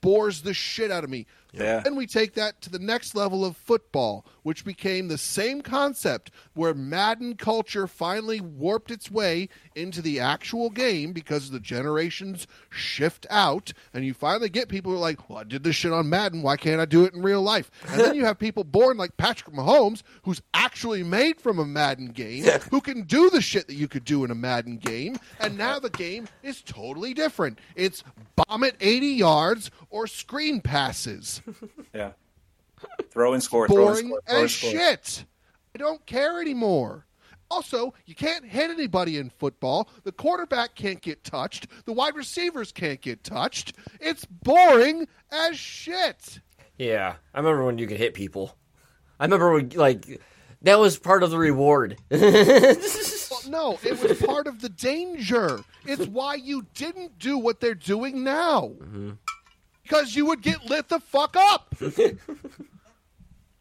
S1: Bores the shit out of me.
S4: Yeah.
S1: Then we take that to the next level of football, which became the same concept where Madden culture finally warped its way into the actual game because the generations shift out, and you finally get people who are like, Well, I did this shit on Madden. Why can't I do it in real life? And then you have people born like Patrick Mahomes, who's actually made from a Madden game, who can do the shit that you could do in a Madden game, and now the game is totally different. It's bomb it 80 yards or screen passes
S4: Yeah. Throw and score. Throw
S1: boring
S4: and score. Throw and
S1: as
S4: score.
S1: shit. I don't care anymore. Also, you can't hit anybody in football. The quarterback can't get touched. The wide receivers can't get touched. It's boring as shit.
S3: Yeah. I remember when you could hit people. I remember when like that was part of the reward. *laughs*
S1: Well, no, it was part of the danger. It's why you didn't do what they're doing now. Because you would get lit the fuck up.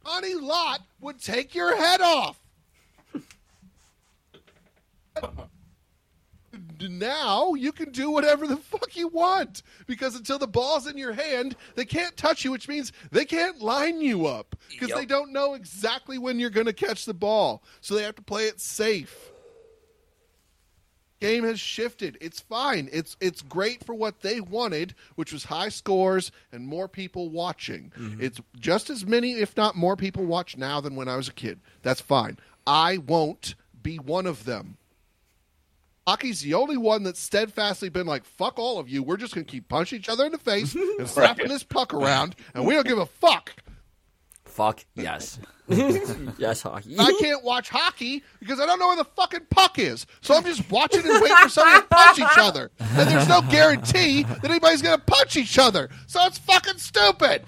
S1: Honey Lot would take your head off. now you can do whatever the fuck you want because until the ball's in your hand, they can't touch you, which means they can't line you up because
S3: Yep.
S1: they don't know exactly when you're going to catch the ball. So they have to play it safe. Game has shifted. It's fine. It's it's great for what they wanted, which was high scores and more people watching. It's just as many, if not more people watch now than when I was a kid. That's fine. I won't be one of them. Aki's the only one that's steadfastly been like, fuck all of you. We're just going to keep punching each other in the face and slapping this puck around, and we don't give a fuck.
S3: Fuck yes. *laughs* yes, hockey.
S1: I can't watch hockey because I don't know where the fucking puck is. So I'm just watching and waiting for somebody to punch each other. And there's no guarantee that anybody's going to punch each other. So it's fucking stupid.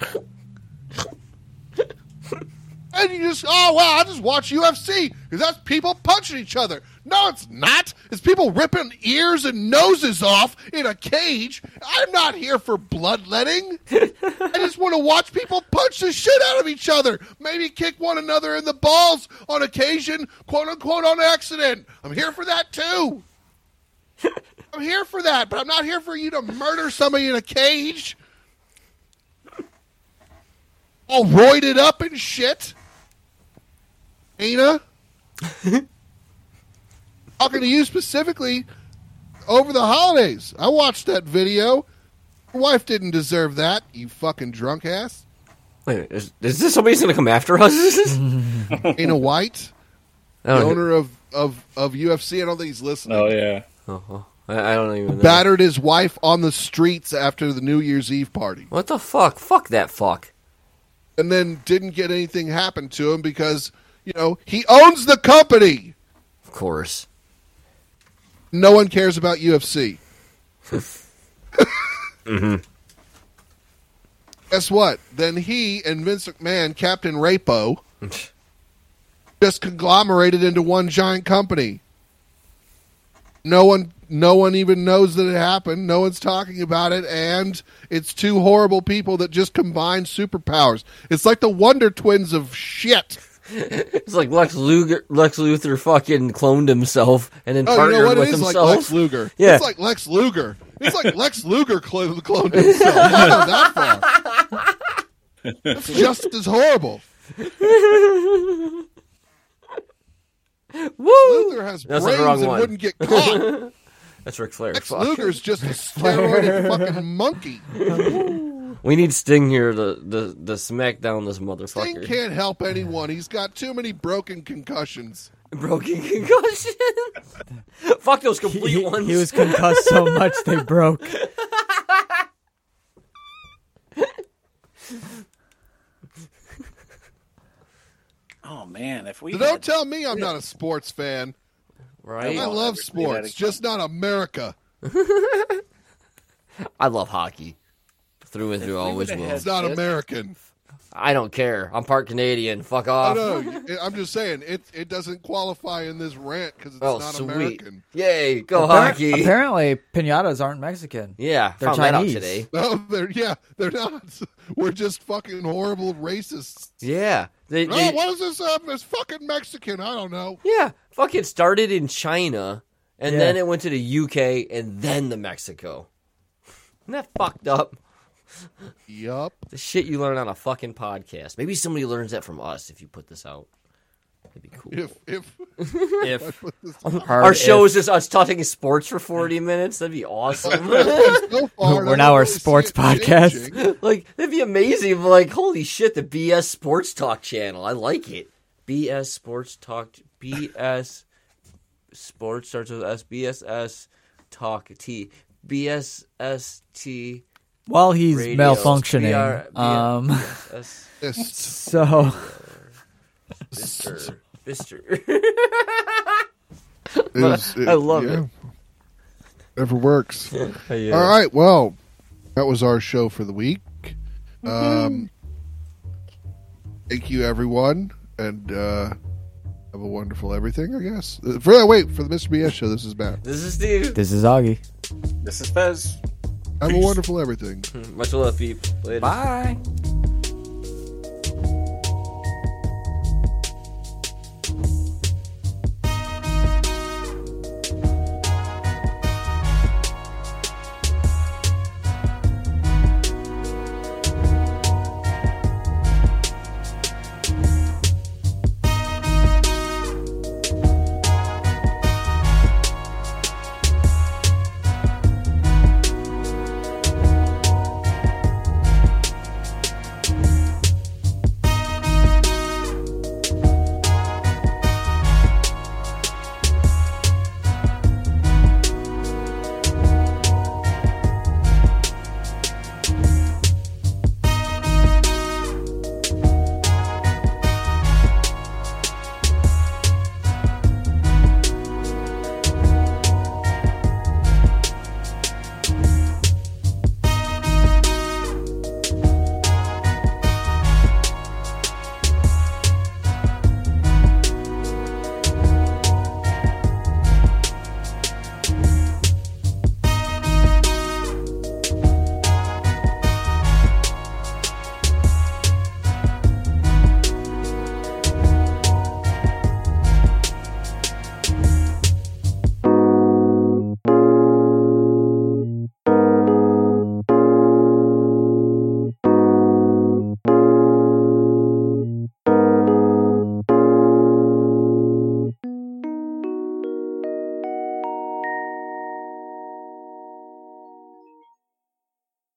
S1: And you just, oh, wow, I'll just watch UFC because that's people punching each other. No, it's not. It's people ripping ears and noses off in a cage. I'm not here for bloodletting. I just want to watch people punch the shit out of each other. Maybe kick one another in the balls on occasion, quote unquote, on accident. I'm here for that too. I'm here for that, but I'm not here for you to murder somebody in a cage. All roided up and shit. Ana? Talking to you specifically over the holidays. I watched that video. Your wife didn't deserve that, you fucking
S7: *laughs*
S1: drunk ass.
S3: Wait a minute, is, is this somebody's gonna come after us? *laughs* I
S1: Ana White, the
S3: don't,
S1: owner of, of, of UFC, I don't think he's listening.
S7: Oh yeah.
S3: oh, oh, I, I don't even know.
S1: Battered his wife on the streets after the New Year's Eve party.
S3: What the fuck? Fuck that fuck.
S1: and then didn't get anything happen to him because you know he owns the company.
S3: Of course.
S1: No one cares about UFC. Guess what? Then he and Vince McMahon, Captain Rapo, just conglomerated into one giant company. No one, no one even knows that it happened. No one's talking about it, and it's two horrible people that just combine superpowers. It's like the Wonder Twins of shit.
S3: It's like Lex Luger, Lex Luthor fucking cloned himself and then
S1: Oh, you
S3: partnered
S1: know what? It
S3: with
S1: is
S3: himself.
S1: like Lex Luger.
S3: *laughs* Yeah.
S1: It's like Lex Luger. It's like Lex Luger clo- cloned himself. I know that far. It's just as horrible.
S3: Woo!
S1: Luger has
S3: That's the
S1: brains
S3: wrong
S1: and
S3: one.
S1: wouldn't get
S3: *laughs*
S1: caught.
S3: That's Ric Flair.
S1: Lex
S3: Fuck.
S1: Luger's just a
S3: *laughs*
S1: steroided fucking monkey.
S3: We need Sting here to, to, to smack down this
S1: Sting
S3: motherfucker.
S1: can't help anyone. He's got too many broken concussions.
S3: *laughs* Broken concussion. fuck those complete
S2: He,
S3: ones.
S2: he was concussed so much they
S3: *laughs*
S2: broke.
S4: Oh man, if we
S1: Don't
S4: had-
S1: tell me I'm not a sports fan.
S3: right.
S1: I
S4: Well,
S1: love
S4: we do that
S1: sports,
S4: again.
S1: just not America.
S3: I love hockey. Through and through,
S4: we
S3: always
S4: would've
S3: will.
S4: had-
S1: It's not
S4: Yes.
S1: American.
S3: I don't care. I'm part Canadian. Fuck
S1: I
S3: off.
S1: know. I'm just saying it. It doesn't qualify in this rant because it's
S3: Oh,
S1: not
S3: sweet.
S1: American. *laughs*
S3: Yay, go
S2: Appar-
S3: hockey.
S2: Apparently, pinatas aren't Mexican.
S3: yeah,
S2: They're
S3: found
S2: Chinese.
S3: that out today.
S1: No, they're yeah, they're not. *laughs* We're just fucking horrible racists.
S3: Yeah. They,
S1: Oh,
S3: they-
S1: what is this? Um, this fucking Mexican. I don't know.
S3: Yeah, fuck it started in China and
S2: Yeah.
S3: then it went to the UK and then to Mexico. Isn't that fucked up?
S1: Yup.
S3: The shit you learn on a fucking podcast. Maybe somebody learns that from us if you put this out. That'd be cool.
S1: If *laughs* if
S3: If
S2: Hard
S3: our
S2: if-
S3: show is just us talking sports for 40 minutes, that'd be awesome. *laughs*
S1: so far,
S2: *laughs* We're
S1: I
S2: now
S1: don't
S2: a
S1: really see
S2: sports
S1: it
S2: podcast.
S1: changing.
S3: *laughs* like, that'd be amazing. but, Like, holy shit, the BS Sports Talk channel. I like it. BS Sports Talk. BS Sports starts with S. BSS Talk T. BSST.
S2: While he's
S3: Radio.
S2: malfunctioning,
S3: BR
S2: um, *laughs*
S3: S.
S1: This-
S2: so
S3: Bister. Bister.
S1: is-
S3: *laughs* I love it.
S1: Never
S3: *laughs*
S1: works. All right. Well, that was our show for the week.
S3: Mm-hmm.
S1: Um, thank you, everyone, and uh, have a wonderful everything. I guess. Uh, For wait for the Mr. BS show. This is Matt.
S3: *laughs* This is Steve.
S2: this is Augie.
S4: this is Fez.
S1: Have a wonderful everything.
S3: Much love, peep. Later.
S2: Bye.